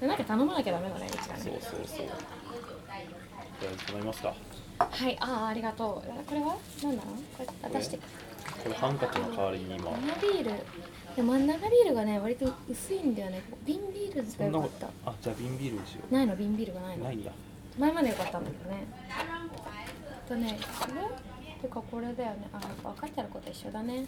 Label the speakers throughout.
Speaker 1: でなんか頼まなきゃダメだね一番
Speaker 2: そう
Speaker 1: ね
Speaker 2: そうそうじゃあ頼みますか
Speaker 1: はいああありがとうあこれは何なのこれ私って
Speaker 2: これハンカチの代わりに今
Speaker 1: 生ビールでも生ビールがね割と薄いんだよね瓶ビール
Speaker 2: そ
Speaker 1: が
Speaker 2: んな
Speaker 1: 良か
Speaker 2: こ
Speaker 1: った
Speaker 2: とあじゃあ瓶ビールにしよ
Speaker 1: ないの瓶ビールがないうの
Speaker 2: ないんだ
Speaker 1: 前まで良かったんだけどねあとねこれてかこれだよねあやっぱ赤いたらこと一緒だね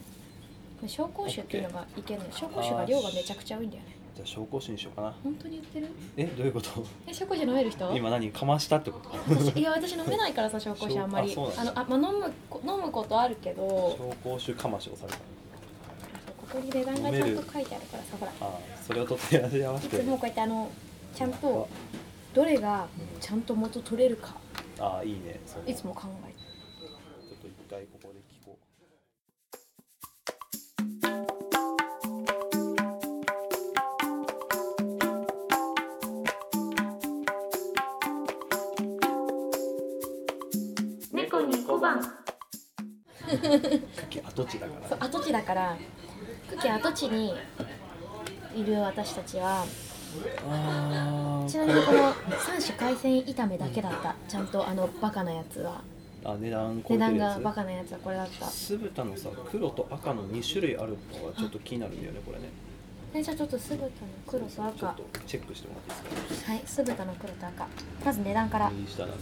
Speaker 1: 紹興酒っていうのがいけんの紹興酒が量がめちゃくちゃ多いんだよね
Speaker 2: じゃあ紹興酒にしようかな
Speaker 1: 本当に言ってる
Speaker 2: えどういうこと
Speaker 1: え紹興酒飲める人
Speaker 2: 今何かましたってこと
Speaker 1: 私いや私飲めないからさ紹興酒あんまり
Speaker 2: あそう
Speaker 1: あ
Speaker 2: なん
Speaker 1: の
Speaker 2: だ
Speaker 1: あ、まあ、飲む飲むことあるけど
Speaker 2: 紹興酒かましをされた
Speaker 1: ここに値段がちゃんと書いてあるからさほらい
Speaker 2: あそれを取ってやり合わせて
Speaker 1: つもこうやってあのちゃんとどれがちゃんと元取れるか
Speaker 2: ああいいねその
Speaker 1: いつも考えて
Speaker 2: ちょっと一回ここで聞こう
Speaker 3: 猫に小判
Speaker 2: クッキー跡地だから
Speaker 1: そう跡地だから久喜跡地にいる私たちは
Speaker 2: あ
Speaker 1: ちなみにこの三種海鮮炒めだけだったちゃんとあのバカなやつは
Speaker 2: あ値
Speaker 1: 値
Speaker 2: 段超えてる
Speaker 1: 段
Speaker 2: や
Speaker 1: が
Speaker 2: つ
Speaker 1: バカなやつはこれだった
Speaker 2: 酢豚のさ黒と赤の2種類あるのがちょっと気になるんだよねこれね
Speaker 1: でじゃあちょっと酢豚の黒と
Speaker 2: ちょっ
Speaker 1: 赤
Speaker 2: とチェックしてもらっていいです
Speaker 1: はい酢豚の黒と赤まず値段から
Speaker 2: か右下だね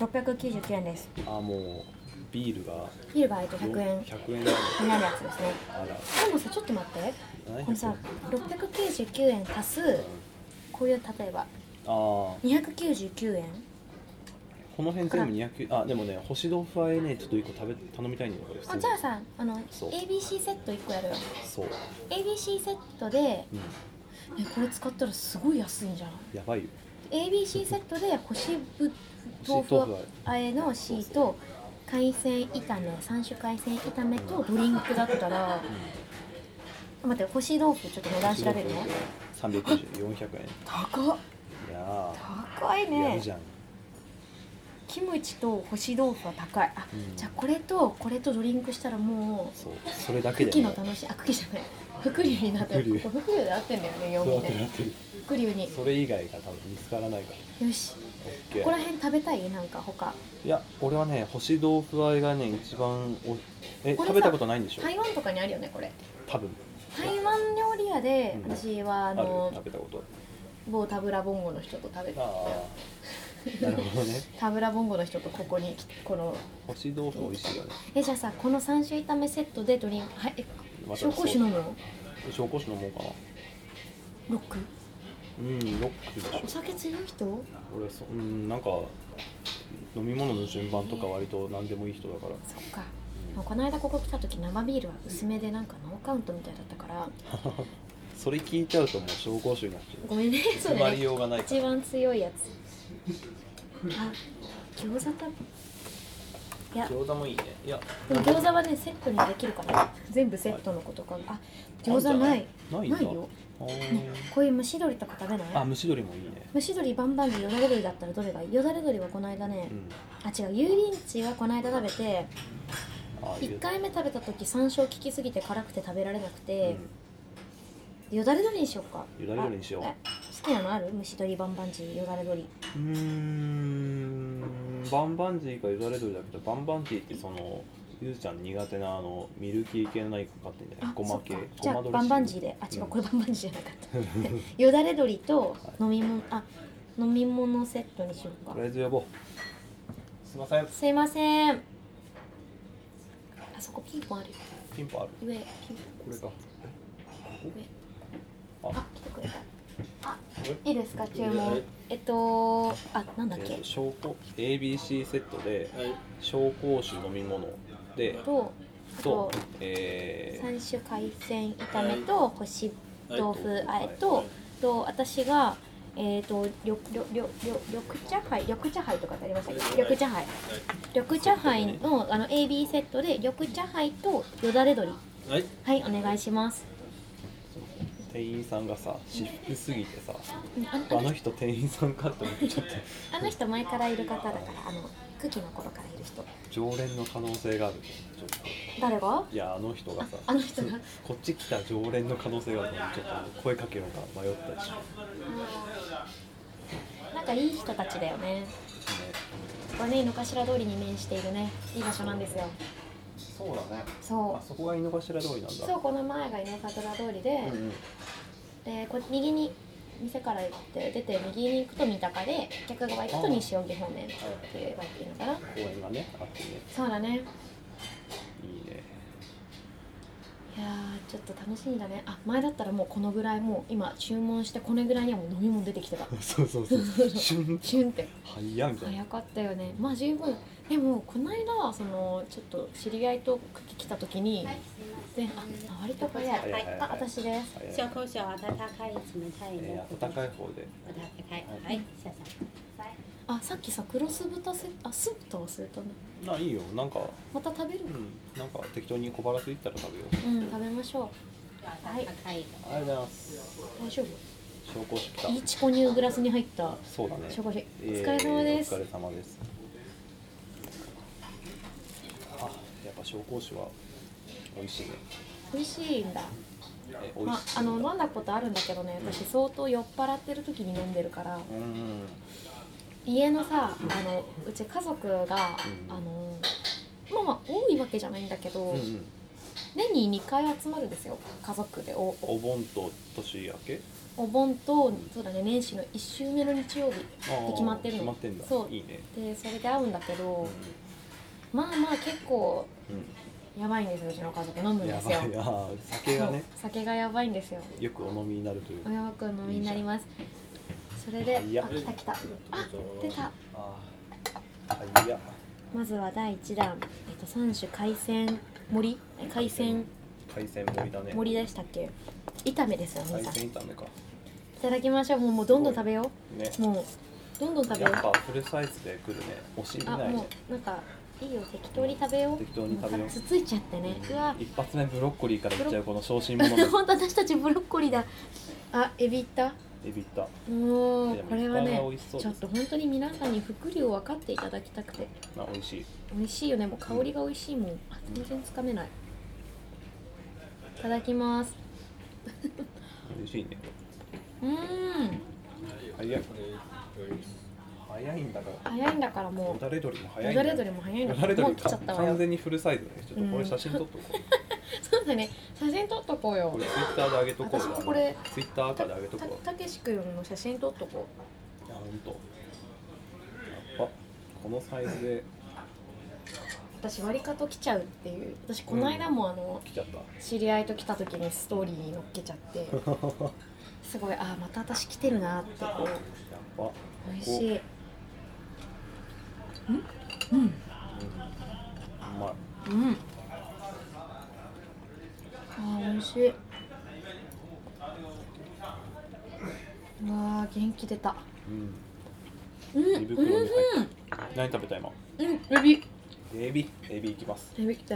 Speaker 1: 699円です
Speaker 2: あもうビールが
Speaker 1: ビールがえっと100円
Speaker 2: 100円だね
Speaker 1: になるやつですね
Speaker 2: あら
Speaker 1: でもさちょっと待って
Speaker 2: 700
Speaker 1: このさ699円足すこういう例えば
Speaker 2: あーこ
Speaker 1: 299円
Speaker 2: の辺全部200あでもね干し豆腐あえねちょっと1個食べ頼みたいんだよこれ普通
Speaker 1: あ
Speaker 2: に
Speaker 1: じゃあさあの
Speaker 2: そう
Speaker 1: ABC セット1個やるよ
Speaker 2: そう、
Speaker 1: ABC セットで
Speaker 2: うん、
Speaker 1: えこれ使ったらすごい安いんじゃない
Speaker 2: やばいよ
Speaker 1: ABC セットで干しぶ豆
Speaker 2: 干し豆
Speaker 1: 腐
Speaker 2: 腐
Speaker 1: あえの C と海鮮炒め3種海鮮炒めとドリンクだったら待って干し豆腐ちょっと値段調べるね
Speaker 2: 39040円
Speaker 1: 高っ
Speaker 2: いや
Speaker 1: 高い
Speaker 2: ーや
Speaker 1: ね
Speaker 2: るじゃん
Speaker 1: キムチと干し豆腐は高いあ、
Speaker 2: うん
Speaker 1: じゃあこれとこれとドリンクしたらもう
Speaker 2: そうそれだけ
Speaker 1: ク
Speaker 2: で
Speaker 1: キの楽しいあクキじゃない福流になってる
Speaker 2: 福
Speaker 1: 福流で合ってんだよね
Speaker 2: そう
Speaker 1: 4
Speaker 2: なってるなってる
Speaker 1: 人福流に
Speaker 2: それ以外が多分見つからないから
Speaker 1: よし
Speaker 2: オッ
Speaker 1: こ
Speaker 2: ケー
Speaker 1: こら辺食べたいなんか他
Speaker 2: いや俺はね干し豆腐あえがね一番おえ
Speaker 1: これさ
Speaker 2: 食べたことないんでしょ
Speaker 1: 台湾とかにあるよねこれ
Speaker 2: 多分
Speaker 1: 台湾料理屋で
Speaker 2: うん
Speaker 1: 私はあ
Speaker 2: ある
Speaker 1: の
Speaker 2: 食べたこと
Speaker 1: 某タブラボンゴの人と食べた
Speaker 2: ああなるほどね
Speaker 1: タブラボンゴの人とここに来この
Speaker 2: 干し豆腐美味しいよね
Speaker 1: えじゃあさこの3種炒めセットでドリンクはいえ
Speaker 2: また
Speaker 1: 紹興酒飲むの
Speaker 2: 紹興酒飲もうかな
Speaker 1: ロック
Speaker 2: うんロックでしょ
Speaker 1: お酒強い人
Speaker 2: 俺そうんなんか飲み物の順番とか割と何でもいい人だから
Speaker 1: そっかもうこの間ここ来た時生ビールは薄めでなんかノーカウントみたいだったから
Speaker 2: それ聞いちゃうともう紹興酒になっちゃう
Speaker 1: ごめ んねそ
Speaker 2: 詰ま
Speaker 1: れ
Speaker 2: り
Speaker 1: ね
Speaker 2: ようがないから
Speaker 1: 一番強いやつあ餃子食べいや
Speaker 2: 餃子もいいねいや
Speaker 1: でも餃子はねセットにできるかな全部セットのことかあ餃子ない
Speaker 2: あんじゃないないんだ
Speaker 1: ないよ
Speaker 2: あー
Speaker 1: ねこういう蒸し鶏とか食べな
Speaker 2: あ
Speaker 1: い
Speaker 2: 蒸し鶏もいいね
Speaker 1: 蒸し鶏バンバンでよだれ鶏だったらどれがいいよだれ鶏はこの間ね
Speaker 2: う、ん
Speaker 1: あ違う油淋鶏はこの間食べて
Speaker 2: ああ
Speaker 1: 1回目食べた時山椒効きすぎて辛くて食べられなくて、よだれ鶏にしようか
Speaker 2: よだれ鶏にしよう
Speaker 1: あえ好きなのある蒸し鶏バンバンジーよだれ鶏
Speaker 2: うーんバンバンジーかゆだれ鶏だけどバンバンジーってそのゆずちゃん苦手なあのミルキー系の何かかってんじゃな
Speaker 1: あ
Speaker 2: いごま系
Speaker 1: そっかじ
Speaker 2: ご
Speaker 1: ゃ
Speaker 2: ま
Speaker 1: あ
Speaker 2: ドレッシング
Speaker 1: バンバンジーであ違う、これバンバンジーじゃなか ったよだれ鶏と飲み物あ飲み物セットにしようか
Speaker 2: とりあえず呼ぼうすいません
Speaker 1: すいませんあそこピンポンあるよ
Speaker 2: ピンポンある
Speaker 1: 上ピン
Speaker 2: これか
Speaker 1: ポン上
Speaker 2: あ
Speaker 1: あ来てくれたあ
Speaker 2: これ
Speaker 1: いいですか注
Speaker 2: は
Speaker 1: 文
Speaker 2: い
Speaker 1: えっとあなんだっ
Speaker 2: え
Speaker 1: け
Speaker 2: ー紹興 ABC セットで
Speaker 3: はい
Speaker 2: 紹興酒飲み物で
Speaker 1: とあ
Speaker 2: と
Speaker 1: と
Speaker 2: えー
Speaker 1: 三種海鮮炒めと干し豆腐あえ
Speaker 2: は
Speaker 1: とと私がえっと緑緑緑緑緑茶杯緑茶杯とかってありましたっけ緑茶杯緑茶杯のあの AB セットで緑茶杯とよだれ鶏
Speaker 3: はい
Speaker 1: はいお願いします
Speaker 2: 店員さんがさ私服すぎてさ
Speaker 1: ああの
Speaker 2: あの人店員さんかって思っちゃった
Speaker 1: あの人前からいる方だからあのクキの頃からいる人
Speaker 2: 常連の可能性があるちょっと
Speaker 1: 誰が
Speaker 2: いやあの人がさ
Speaker 1: ああの人が
Speaker 2: こっち来た常連の可能性があるからちょっと声かけようか迷ったりして
Speaker 1: あ仲いい人たちだよねここはね井の頭通りに面しているねいい場所なんですよ
Speaker 2: そうだね
Speaker 1: そ
Speaker 2: あそこが井の頭通りなん
Speaker 1: う
Speaker 2: だ
Speaker 1: そうこの前が井の頭通りで、
Speaker 2: うんうん
Speaker 1: でこ右に店から行って出て右に行くと三鷹で客が湧いたと西荻方面って言えばいいのかな
Speaker 2: 公園がねあってね
Speaker 1: そうだね
Speaker 2: いいね
Speaker 1: いやーちょっと楽しみだねあ前だったらもうこのぐらいもう今注文してこれぐらいにはもう飲み物出てきてた
Speaker 2: そうそう そうシュン
Speaker 1: シュンって
Speaker 2: はいやみたいな
Speaker 1: 早かったよねまあ十分でもこの間そのちょっと知り合いと来た時にであ割と早い
Speaker 2: 早い早い
Speaker 1: あ私です
Speaker 2: 早い
Speaker 3: 小口小温かい冷たい
Speaker 2: え
Speaker 3: ね。
Speaker 2: ー暖かい方で
Speaker 3: 温かい。はい。ささ。
Speaker 1: あさっきさ黒酢豚セあスープと忘れたね
Speaker 2: まあいいよなんか
Speaker 1: また食べる
Speaker 2: うんなんか適当に小腹空いたら食べよう
Speaker 1: うん食べましょ
Speaker 3: 温か
Speaker 2: あ
Speaker 3: い。
Speaker 2: りがとうございます
Speaker 1: う大丈夫
Speaker 2: 紹興酒来た
Speaker 1: いちこにグラスに入った
Speaker 2: そうだね
Speaker 1: 食費お
Speaker 2: えー
Speaker 1: 疲れ様です、
Speaker 2: お疲れ様ですあやっぱ紹興酒は美味しいね
Speaker 1: 美味しいんだ
Speaker 2: え美味
Speaker 1: まあ
Speaker 2: しい
Speaker 1: あの飲んだことあるんだけどね
Speaker 2: うん
Speaker 1: 私相当酔っ払ってる時に飲んでるから
Speaker 2: うんうん
Speaker 1: 家のさあのうち家族が、
Speaker 2: うん
Speaker 1: あのまあまあ多いわけじゃないんだけど、
Speaker 2: うんうん
Speaker 1: 年に2回集まるんですよ家族でおお
Speaker 2: お盆と年明け
Speaker 1: お盆とそうだね年始の1週目の日曜日
Speaker 2: ああ
Speaker 1: 決まってるの
Speaker 2: 決まってんだ
Speaker 1: そう
Speaker 2: いいね
Speaker 1: でそれで会うんだけ
Speaker 2: う
Speaker 1: ど
Speaker 2: ん
Speaker 1: まあまあ結構
Speaker 2: う
Speaker 1: やばいんですようちの家族飲むん
Speaker 2: ん
Speaker 1: で
Speaker 2: や
Speaker 1: す
Speaker 2: ばい
Speaker 1: よ
Speaker 2: ああ酒がね
Speaker 1: そう酒がやばいんですよ
Speaker 2: よくお飲みになるという
Speaker 1: おやばく飲みになりますそれであ
Speaker 2: いや
Speaker 1: 来た来たあ出た
Speaker 2: あああいや
Speaker 1: まずは第1弾、えっと、3種海鮮盛りえ海鮮
Speaker 2: 海鮮盛りだね
Speaker 1: 盛りでしたっけ炒めですよ皆
Speaker 2: 海
Speaker 1: さんい
Speaker 2: 鮮炒めか
Speaker 1: ただきましょうもうもうどんどん食べよ
Speaker 2: ね
Speaker 1: うもうどんどん食べ
Speaker 2: や
Speaker 1: よ
Speaker 2: っ
Speaker 1: う
Speaker 2: ぱフルサイズで来るね惜しみ
Speaker 1: あ
Speaker 2: ないね
Speaker 1: もうなんかいいよ適当に食べよう
Speaker 2: 適当に食べよう
Speaker 1: もつついちゃってねうわ
Speaker 2: 一発目ブロッコリーからいっちゃうこの小心 者 の
Speaker 1: 本当私たちブロッコリーだあエビいった
Speaker 2: エビった
Speaker 1: もう
Speaker 2: でも
Speaker 1: これはね
Speaker 2: いっぱい美味しそう
Speaker 1: ちょ
Speaker 2: で
Speaker 1: っ
Speaker 2: す
Speaker 1: と本当に皆さんに伏流を分かっていただきたくて
Speaker 2: まあ美味しい
Speaker 1: 美味しいよねもう香りが美味しいもんあ全然つかめないいただきます
Speaker 2: 美味しいね
Speaker 1: うーん
Speaker 2: 早い早いんだから
Speaker 1: 早いんだからも
Speaker 2: よだれ鳥も
Speaker 1: う
Speaker 2: 早い
Speaker 1: よ
Speaker 2: んだ
Speaker 1: だれ
Speaker 2: よ
Speaker 1: どれも早いんだ
Speaker 2: よ
Speaker 1: か
Speaker 2: だれ
Speaker 1: らも
Speaker 2: 鳥
Speaker 1: う来ちゃったわ
Speaker 2: 完
Speaker 1: よ
Speaker 2: 全にフルサイズねちょっとこれ写真撮っとこう
Speaker 1: そうだね写真撮っとこうよ
Speaker 2: これツイッターで上げとこう
Speaker 1: 私もこれ
Speaker 2: ツイッター
Speaker 1: た
Speaker 2: 赤で上げと
Speaker 1: た
Speaker 2: こう
Speaker 1: たけし君の写真撮っとこ
Speaker 2: いやほんとやっぱこのサイズで
Speaker 1: う私割り方来ちゃうっていう私この間もあの、
Speaker 2: 来ちゃった
Speaker 1: 知り合いと来た時にストーリーに乗っけちゃって すごいあーまた私来てるなってこう
Speaker 2: やっぱ
Speaker 1: 美味しい
Speaker 2: うまい
Speaker 1: うんあー美味しいうわー元気出た
Speaker 2: う
Speaker 1: う
Speaker 2: ん
Speaker 1: んうん
Speaker 2: 胃
Speaker 1: う
Speaker 2: 袋に入っ
Speaker 1: ん
Speaker 2: 何食べた今
Speaker 1: うんエビ
Speaker 2: エビエビいきます
Speaker 1: エビ来て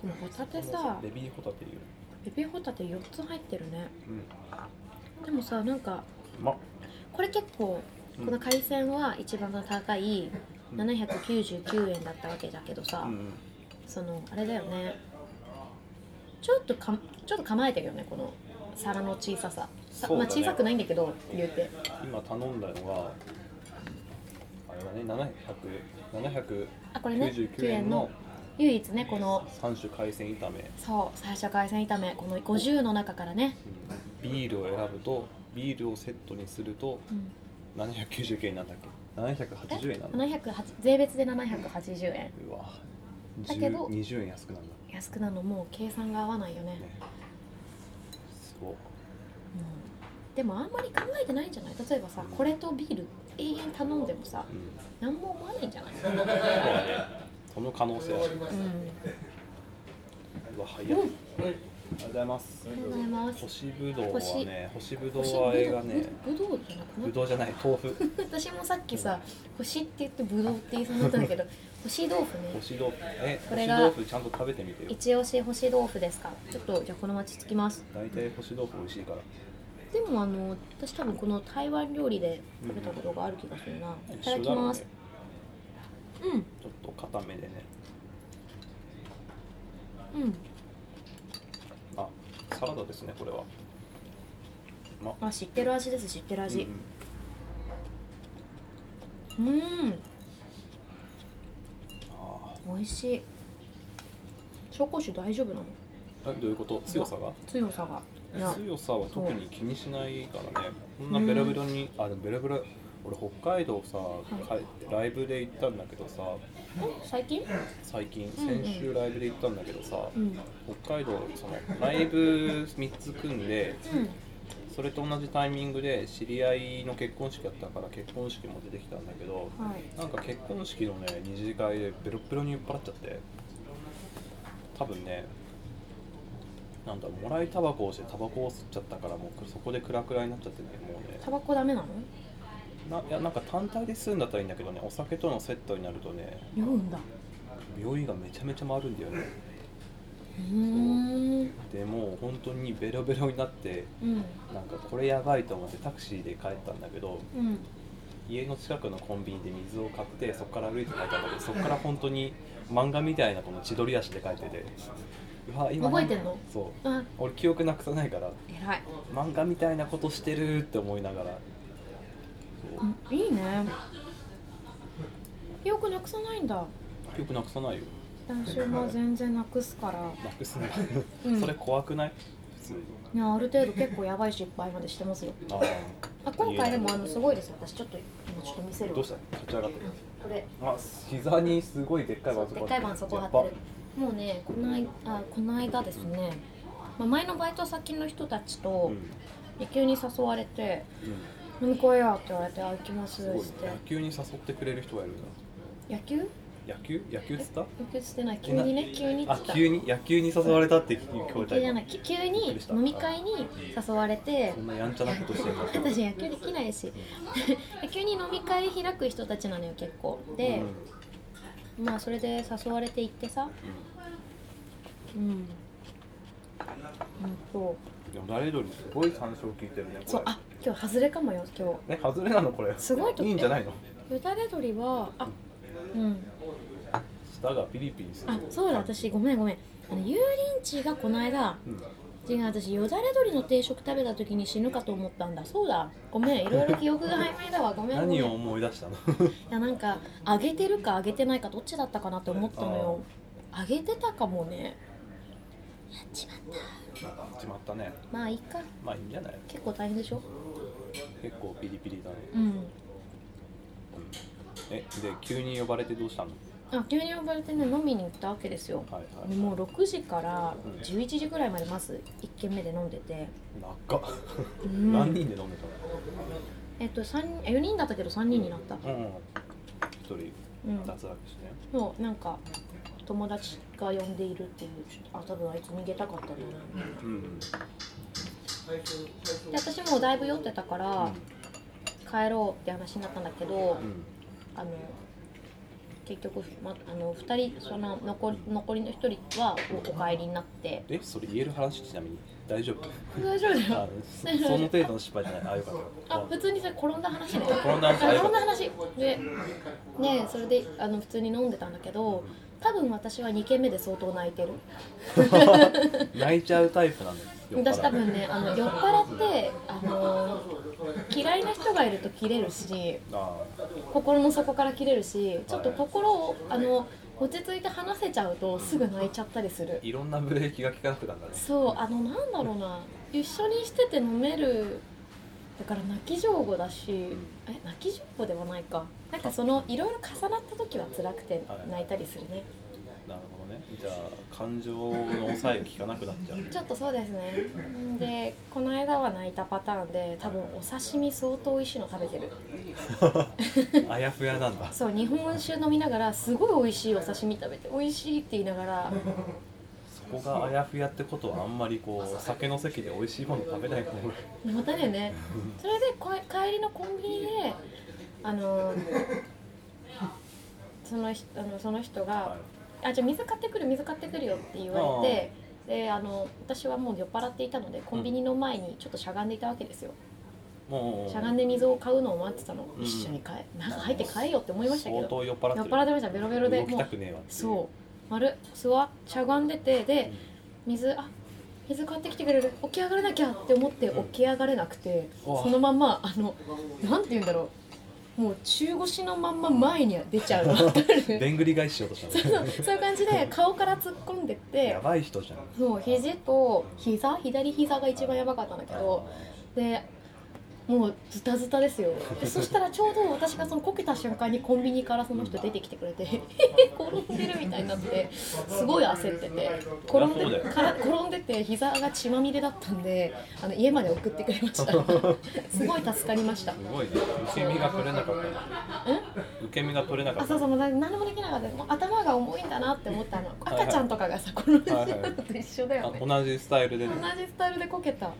Speaker 1: このホタテさ
Speaker 2: エビホタテいいよ
Speaker 1: エビホタテ4つ入ってるね
Speaker 2: うん
Speaker 1: でもさなんか
Speaker 2: うまっ
Speaker 1: これ結構
Speaker 2: うん
Speaker 1: この海鮮は一番高い
Speaker 2: うん
Speaker 1: 799円だったわけだけどさ、
Speaker 2: うんうん
Speaker 1: そのあれだよねちょっとかちょっと構えてるよねこの皿の小さささ、
Speaker 2: そう
Speaker 1: ま
Speaker 2: だ
Speaker 1: あ
Speaker 2: ね
Speaker 1: 小さくないんだけど言うて
Speaker 2: 今頼んだのがあれだね700
Speaker 1: あこれね
Speaker 2: 799円の
Speaker 1: 唯一ねこの
Speaker 2: 3種海鮮炒め、
Speaker 1: そう最初海鮮炒めこの50の中からね、
Speaker 2: うんビールを選ぶとビールをセットにすると
Speaker 1: うん、
Speaker 2: 799円なんだっけ780円なんだ
Speaker 1: 708税別で780円
Speaker 2: うわ
Speaker 1: だけど
Speaker 2: 10 20円安くなるんだ
Speaker 1: 安くなるのもう計算が合わないよね
Speaker 2: ねすごい
Speaker 1: もうでもあんまり考えてないんじゃない例えばさこれとビール永遠頼んでもさ
Speaker 2: うん
Speaker 1: 何も思わないんじゃない
Speaker 2: そうだねその可能性ある
Speaker 1: うん
Speaker 2: うわ早い、ありがとうございます
Speaker 1: ありがとうございます
Speaker 2: 干しぶどうはね干しぶど
Speaker 1: 干し
Speaker 2: うは映画ね
Speaker 1: ぶぶどうじゃなくな
Speaker 2: ぶ
Speaker 1: い
Speaker 2: どうじゃない豆腐
Speaker 1: 私もさっきさ星って言ってぶどうって言いそうになったん だけど干し豆腐
Speaker 2: 干
Speaker 1: ね
Speaker 2: し豆腐え
Speaker 1: こ
Speaker 2: 干
Speaker 1: れ
Speaker 2: し
Speaker 1: が
Speaker 2: 豆腐ちゃんと食べてみてよ
Speaker 1: 一押し干し豆腐ですかちょっとじゃあこの町つきます
Speaker 2: 大体干し豆腐美味しいから
Speaker 1: でもあの私多分この台湾料理で食べたことがある気がするな、いただきますうん
Speaker 2: ちょっと固めでね
Speaker 1: うん
Speaker 2: あサラダですねこれは
Speaker 1: あ知ってる味です知ってる味、
Speaker 2: うん
Speaker 1: うん
Speaker 2: あ
Speaker 1: 美味しい紹興酒大丈夫なの
Speaker 2: ーえどういうこと強さが
Speaker 1: 強さがいや
Speaker 2: 強さは特に気にしないからねこんなベロベロに、あでもベロベロ俺北海道さ、
Speaker 1: い
Speaker 2: かライブで行ったんだけどさ
Speaker 1: え最近
Speaker 2: 最近
Speaker 1: うんうん
Speaker 2: 先週ライブで行ったんだけどさ、
Speaker 1: うん
Speaker 2: 北海道そのライブ3つ組んでそれと同じタイミングで知り合いの結婚式だったから結婚式も出てきたんだけど
Speaker 1: うんはい
Speaker 2: なんか結婚式のね二次会でベロッベロに酔っ払っちゃって多分ねなんだもらいタバコをしてタバコを吸っちゃったからもうそこでクラクラになっちゃってねもうね
Speaker 1: タバコダメなの
Speaker 2: ないやなんか単体で吸うんだったらいいんだけどねお酒とのセットになるとね
Speaker 1: 酔うんだ
Speaker 2: 酔いがめちゃめちゃ回るんだよね
Speaker 1: うーん
Speaker 2: でもう本当にベロベロになって
Speaker 1: うん
Speaker 2: なんかこれやばいと思ってタクシーで帰ったんだけど
Speaker 1: うん
Speaker 2: 家の近くのコンビニで水を買ってそこから歩いて帰ったんだけどそこから本当に漫画みたいなこの千鳥足で帰っててうわ今
Speaker 1: 覚えてんの
Speaker 2: そう
Speaker 1: あ
Speaker 2: 俺記憶なくさないから
Speaker 1: 偉い
Speaker 2: 漫画みたいなことしてるって思いながらそう
Speaker 1: うんいいね記憶なくさないんだ
Speaker 2: 記憶なくさないよ
Speaker 1: 男子も全然なくすから
Speaker 2: なくすね
Speaker 1: うん
Speaker 2: それ怖くない普通に
Speaker 1: いやある程度結構やばい失敗までしてますよ
Speaker 2: ああ
Speaker 1: あ今回でもあのすごいです私ちょっと今ちょっと見せるわ
Speaker 2: どうした立ち上がって
Speaker 1: うんこれ
Speaker 2: あ膝にすごいでっかい
Speaker 1: そ
Speaker 2: バ
Speaker 1: うでっかい板そこ貼ってるもうねこの間あこの間ですね、まあ、前のバイト先の人たち
Speaker 2: う
Speaker 1: と
Speaker 2: ん、
Speaker 1: 野球に誘われて
Speaker 2: うん
Speaker 1: 「飲み会や」って言われて「あ行きます」
Speaker 2: すごいね
Speaker 1: して
Speaker 2: 野球に誘ってくれる人がいるんだ
Speaker 1: 野球
Speaker 2: 野球野球っつった
Speaker 1: 野球してない急にね急にって言
Speaker 2: あ
Speaker 1: った
Speaker 2: 急に野球に誘われたって聞こえ
Speaker 1: 野球
Speaker 2: た
Speaker 1: じゃ
Speaker 2: 今
Speaker 1: ないき急に飲み会に誘われて
Speaker 2: そんなやんちゃなことしてるんだ
Speaker 1: 私野球できないし 野球に飲み会開く人たちなのよ結構で、まあそれで誘われて行ってさうんうんと
Speaker 2: でも誰よりすごい参照聞いてるね
Speaker 1: そう
Speaker 2: こ
Speaker 1: あ今日外れかもよ今日
Speaker 2: れね外れなのこれ
Speaker 1: すごいとこ
Speaker 2: いいんじゃないの
Speaker 1: よだれ鶏はあうん
Speaker 2: 舌がピリピリする
Speaker 1: あそうだ私ごめんごめんあの油淋鶏がこの間
Speaker 2: うん
Speaker 1: 違う私よだれ鶏の定食食べた時に死ぬかと思ったんだそうだごめんいろいろ記憶が曖昧だわごめんごめん
Speaker 2: 何を思い出したの
Speaker 1: いやなんか揚げてるか揚げてないかどっちだったかなって思ったのよ揚げてたかもねやっちまった
Speaker 2: 決まったね
Speaker 1: まあいいか
Speaker 2: まあいいんじゃない
Speaker 1: 結構大変でしょ
Speaker 2: 結構ピリピリだね
Speaker 1: うん
Speaker 2: えで急に呼ばれてどうしたの
Speaker 1: あ急に呼ばれてね飲みに行ったわけですよ
Speaker 2: はいはい
Speaker 1: もう6時から11時ぐらいまでまず1軒目で飲んでて、
Speaker 2: 長っ
Speaker 1: うん
Speaker 2: 何人で飲んで
Speaker 1: えっと三4人だったけど3人になった、
Speaker 2: たのうん一人
Speaker 1: うん
Speaker 2: 脱落してね
Speaker 1: そうなんか友達が呼んでいるっていうちょっとあ多分あいつ逃げたかったんだな
Speaker 2: うん
Speaker 1: で私もうだいぶ酔ってたから帰ろうって話になったんだけど、
Speaker 2: うん
Speaker 1: あの結局、ま、あの2人その残り残りの1人はおお帰りになって
Speaker 2: えそれ言える話ちなみに大丈夫
Speaker 1: 大丈夫だ
Speaker 2: あ
Speaker 1: よ
Speaker 2: そその程度の失敗じゃないあよかった
Speaker 1: あ普通にそれ転んだ話ね
Speaker 2: 転んだ話
Speaker 1: あ転んだ話でねそれであの普通に飲んでたんだけど多分私は2軒目で相当泣いてる
Speaker 2: 泣いちゃうタイプなんです酔っ払う
Speaker 1: 私多分ねあの酔っ払ってあの嫌いな人がいると切れるし
Speaker 2: あ
Speaker 1: 心の底から切れるしちょっと心をあの落ち着いて話せちゃうとすぐ泣いちゃったりする
Speaker 2: ーいろんなブレーキが効かなくなるんだね
Speaker 1: そうあのなんだろうな一緒にしてて飲めるだから泣き上手だしえ泣き上手ではないかなんかそのいろいろ重なった時は辛くて泣いたりするね
Speaker 2: なるほどねじゃあ感情の抑えが効かなくなっちゃう
Speaker 1: ちょっとそうですねでこの間は泣いたパターンで多分お刺身相当美味しいの食べてる
Speaker 2: あやふやなんだ
Speaker 1: そう日本酒飲みながらすごい美味しいお刺身食べて美味しいって言いながら
Speaker 2: そこがあやふやってことはあんまりこう酒の席で美味しいもの食べないから
Speaker 1: またねねそれでこ帰りのコンビニであのそのひあのその人が
Speaker 2: は
Speaker 1: 「あじゃあ水買ってくる水買ってくるよ」って言われてであの私はもう酔っ払っていたのでコンビニの前にちょっとしゃがんでいたわけですよ、
Speaker 2: いもう
Speaker 1: しゃがんで水を買うのを待ってたの、
Speaker 2: うん
Speaker 1: 一緒に買えなんか入って買えよって思いましたけ
Speaker 2: 相
Speaker 1: ど
Speaker 2: 当酔っ払って
Speaker 1: 酔っ
Speaker 2: る
Speaker 1: 払ってましたベロベロで
Speaker 2: 動き
Speaker 1: も
Speaker 2: た
Speaker 1: う
Speaker 2: くねえわってい
Speaker 1: そう丸座っしゃがんでてで水あ水買ってきてくれる起き上がらなきゃって思って起き上がれなくて、
Speaker 2: うん
Speaker 1: そのまんまあのなんて言うんだろうもう中腰のまんま前に出ちゃう の分かる
Speaker 2: でんぐり返ししようとしたのね
Speaker 1: そういう感じで顔から突っ込んでって
Speaker 2: やばい人じゃん
Speaker 1: そう肘と膝左膝が一番やばかったんだけどでもうズタズタですよでそしたらちょうど私がそのこけた瞬間にコンビニからその人出てきてくれて 転んでるみたいになってすごい焦ってて転ん
Speaker 2: そうだ
Speaker 1: で
Speaker 2: よ
Speaker 1: から転んでて膝が血まみれだったんであの家まで送ってくれま したすごい助かりました
Speaker 2: すごいね受け身が取れなかった
Speaker 1: え
Speaker 2: 受け身が取れなか
Speaker 1: あ
Speaker 2: った
Speaker 1: そうそうもう何もできなかったもう頭が重いんだなって思ったの赤ちゃんとかがさ転んでしまうのと一緒だよね
Speaker 2: あ同じスタイルでね
Speaker 1: 同じスタイルでこけたっ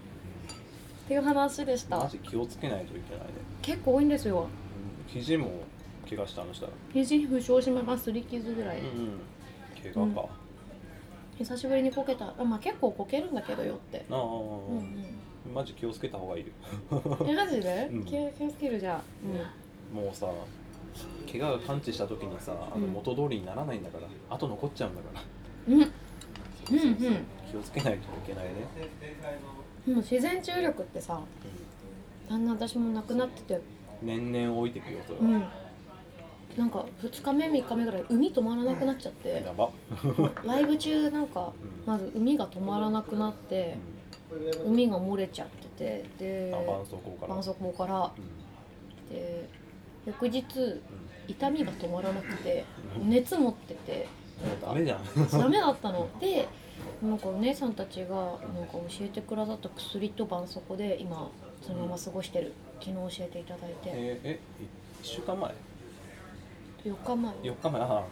Speaker 1: ていう話でし
Speaker 2: マ
Speaker 1: た
Speaker 2: ジ気をつけないといけないね
Speaker 1: 結構多いんですよ
Speaker 2: うん肘も怪我したのしたら
Speaker 1: 肘負傷しまますすり傷ぐらい
Speaker 2: うん怪我か、
Speaker 1: 久しぶりにこけたあまあ結構こけるんだけどよって
Speaker 2: ああ、
Speaker 1: うん
Speaker 2: マジ気をつけた方がいいよ
Speaker 1: うんえマジで
Speaker 2: うん
Speaker 1: 気を気をつけるじゃ
Speaker 2: もうさ怪我が完治した時にさあの
Speaker 1: うん
Speaker 2: 元通りにならないんだから、あと残っちゃうんだか
Speaker 1: ん
Speaker 2: ら
Speaker 1: うんうんうん
Speaker 2: 気をつけないといけないね、
Speaker 1: でも自然治癒力ってさだんだん私もなくなってて
Speaker 2: 年々老いてくよそれ
Speaker 1: う
Speaker 2: は、
Speaker 1: んなんか2日目3日目ぐらい海止まらなくなっちゃって
Speaker 2: やば、
Speaker 1: ライブ中なんか
Speaker 2: うん
Speaker 1: まず海が止まらなくなって海が漏れちゃっててで
Speaker 2: あ絆創膏から
Speaker 1: 絆創膏から
Speaker 2: うん
Speaker 1: で翌日
Speaker 2: うん
Speaker 1: 痛みが止まらなくて熱持ってて
Speaker 2: ダメじゃん
Speaker 1: ダメだったのでなんかお姉さんたちがなんか教えてくださった薬と絆創膏で今そのまま過ごしてる昨日教えていただいて
Speaker 2: えーえ1週間前
Speaker 1: 4日前
Speaker 2: 4日前ああ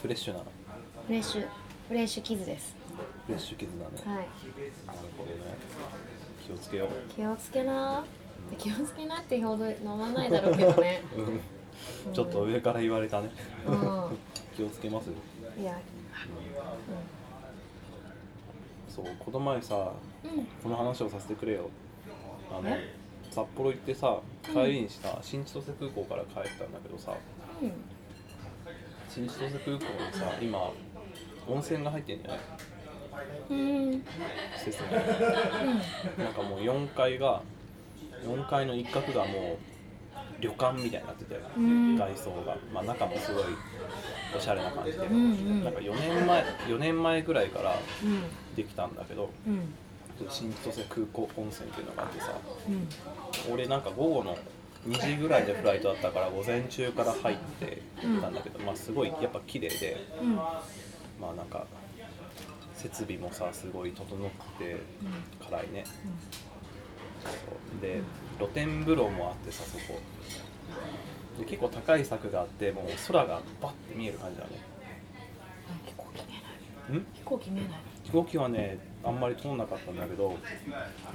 Speaker 2: フレッシュな
Speaker 1: フレッシュフレッシュ傷です
Speaker 2: フレッシュ傷だね
Speaker 1: はい
Speaker 2: なるほどね気をつけよう
Speaker 1: 気をつけな気をつけなってほど飲まないだろうけどね
Speaker 2: うん ちょっと上から言われたね
Speaker 1: うん
Speaker 2: 気をつけます
Speaker 1: いや
Speaker 2: そうこの前さ
Speaker 1: うんうん
Speaker 2: この話をさせてくれよあの
Speaker 1: え
Speaker 2: 札幌行ってさ
Speaker 1: うん
Speaker 2: 帰りにさ新千歳空港から帰ったんだけどさ新千歳空港にさ今温泉が入ってんじゃない
Speaker 1: うんうん
Speaker 2: 施設になんかもう4階が4階の一角がもう旅館みたいになってて
Speaker 1: うん
Speaker 2: 外装が、まあ、中もすごいおしゃれな感じで、
Speaker 1: うんうん
Speaker 2: なんか4年前4年前ぐらいから
Speaker 1: うん
Speaker 2: できたんだけど
Speaker 1: うん
Speaker 2: 新千歳空港温泉っていうのがあってさ
Speaker 1: うん
Speaker 2: 俺なんか午後の2時ぐらいでフライトだったから午前中から入って行ったんだけど、まあすごいやっぱ綺麗で
Speaker 1: うん
Speaker 2: まあなんか設備もさすごい整って辛いねそうで露天風呂もあってさそこで結構高い柵があってもう空がバッて見える感じだね
Speaker 1: 飛行機見えない
Speaker 2: ん
Speaker 1: 飛行機見えない
Speaker 2: 飛行機はねあんまり通んなかったんだけど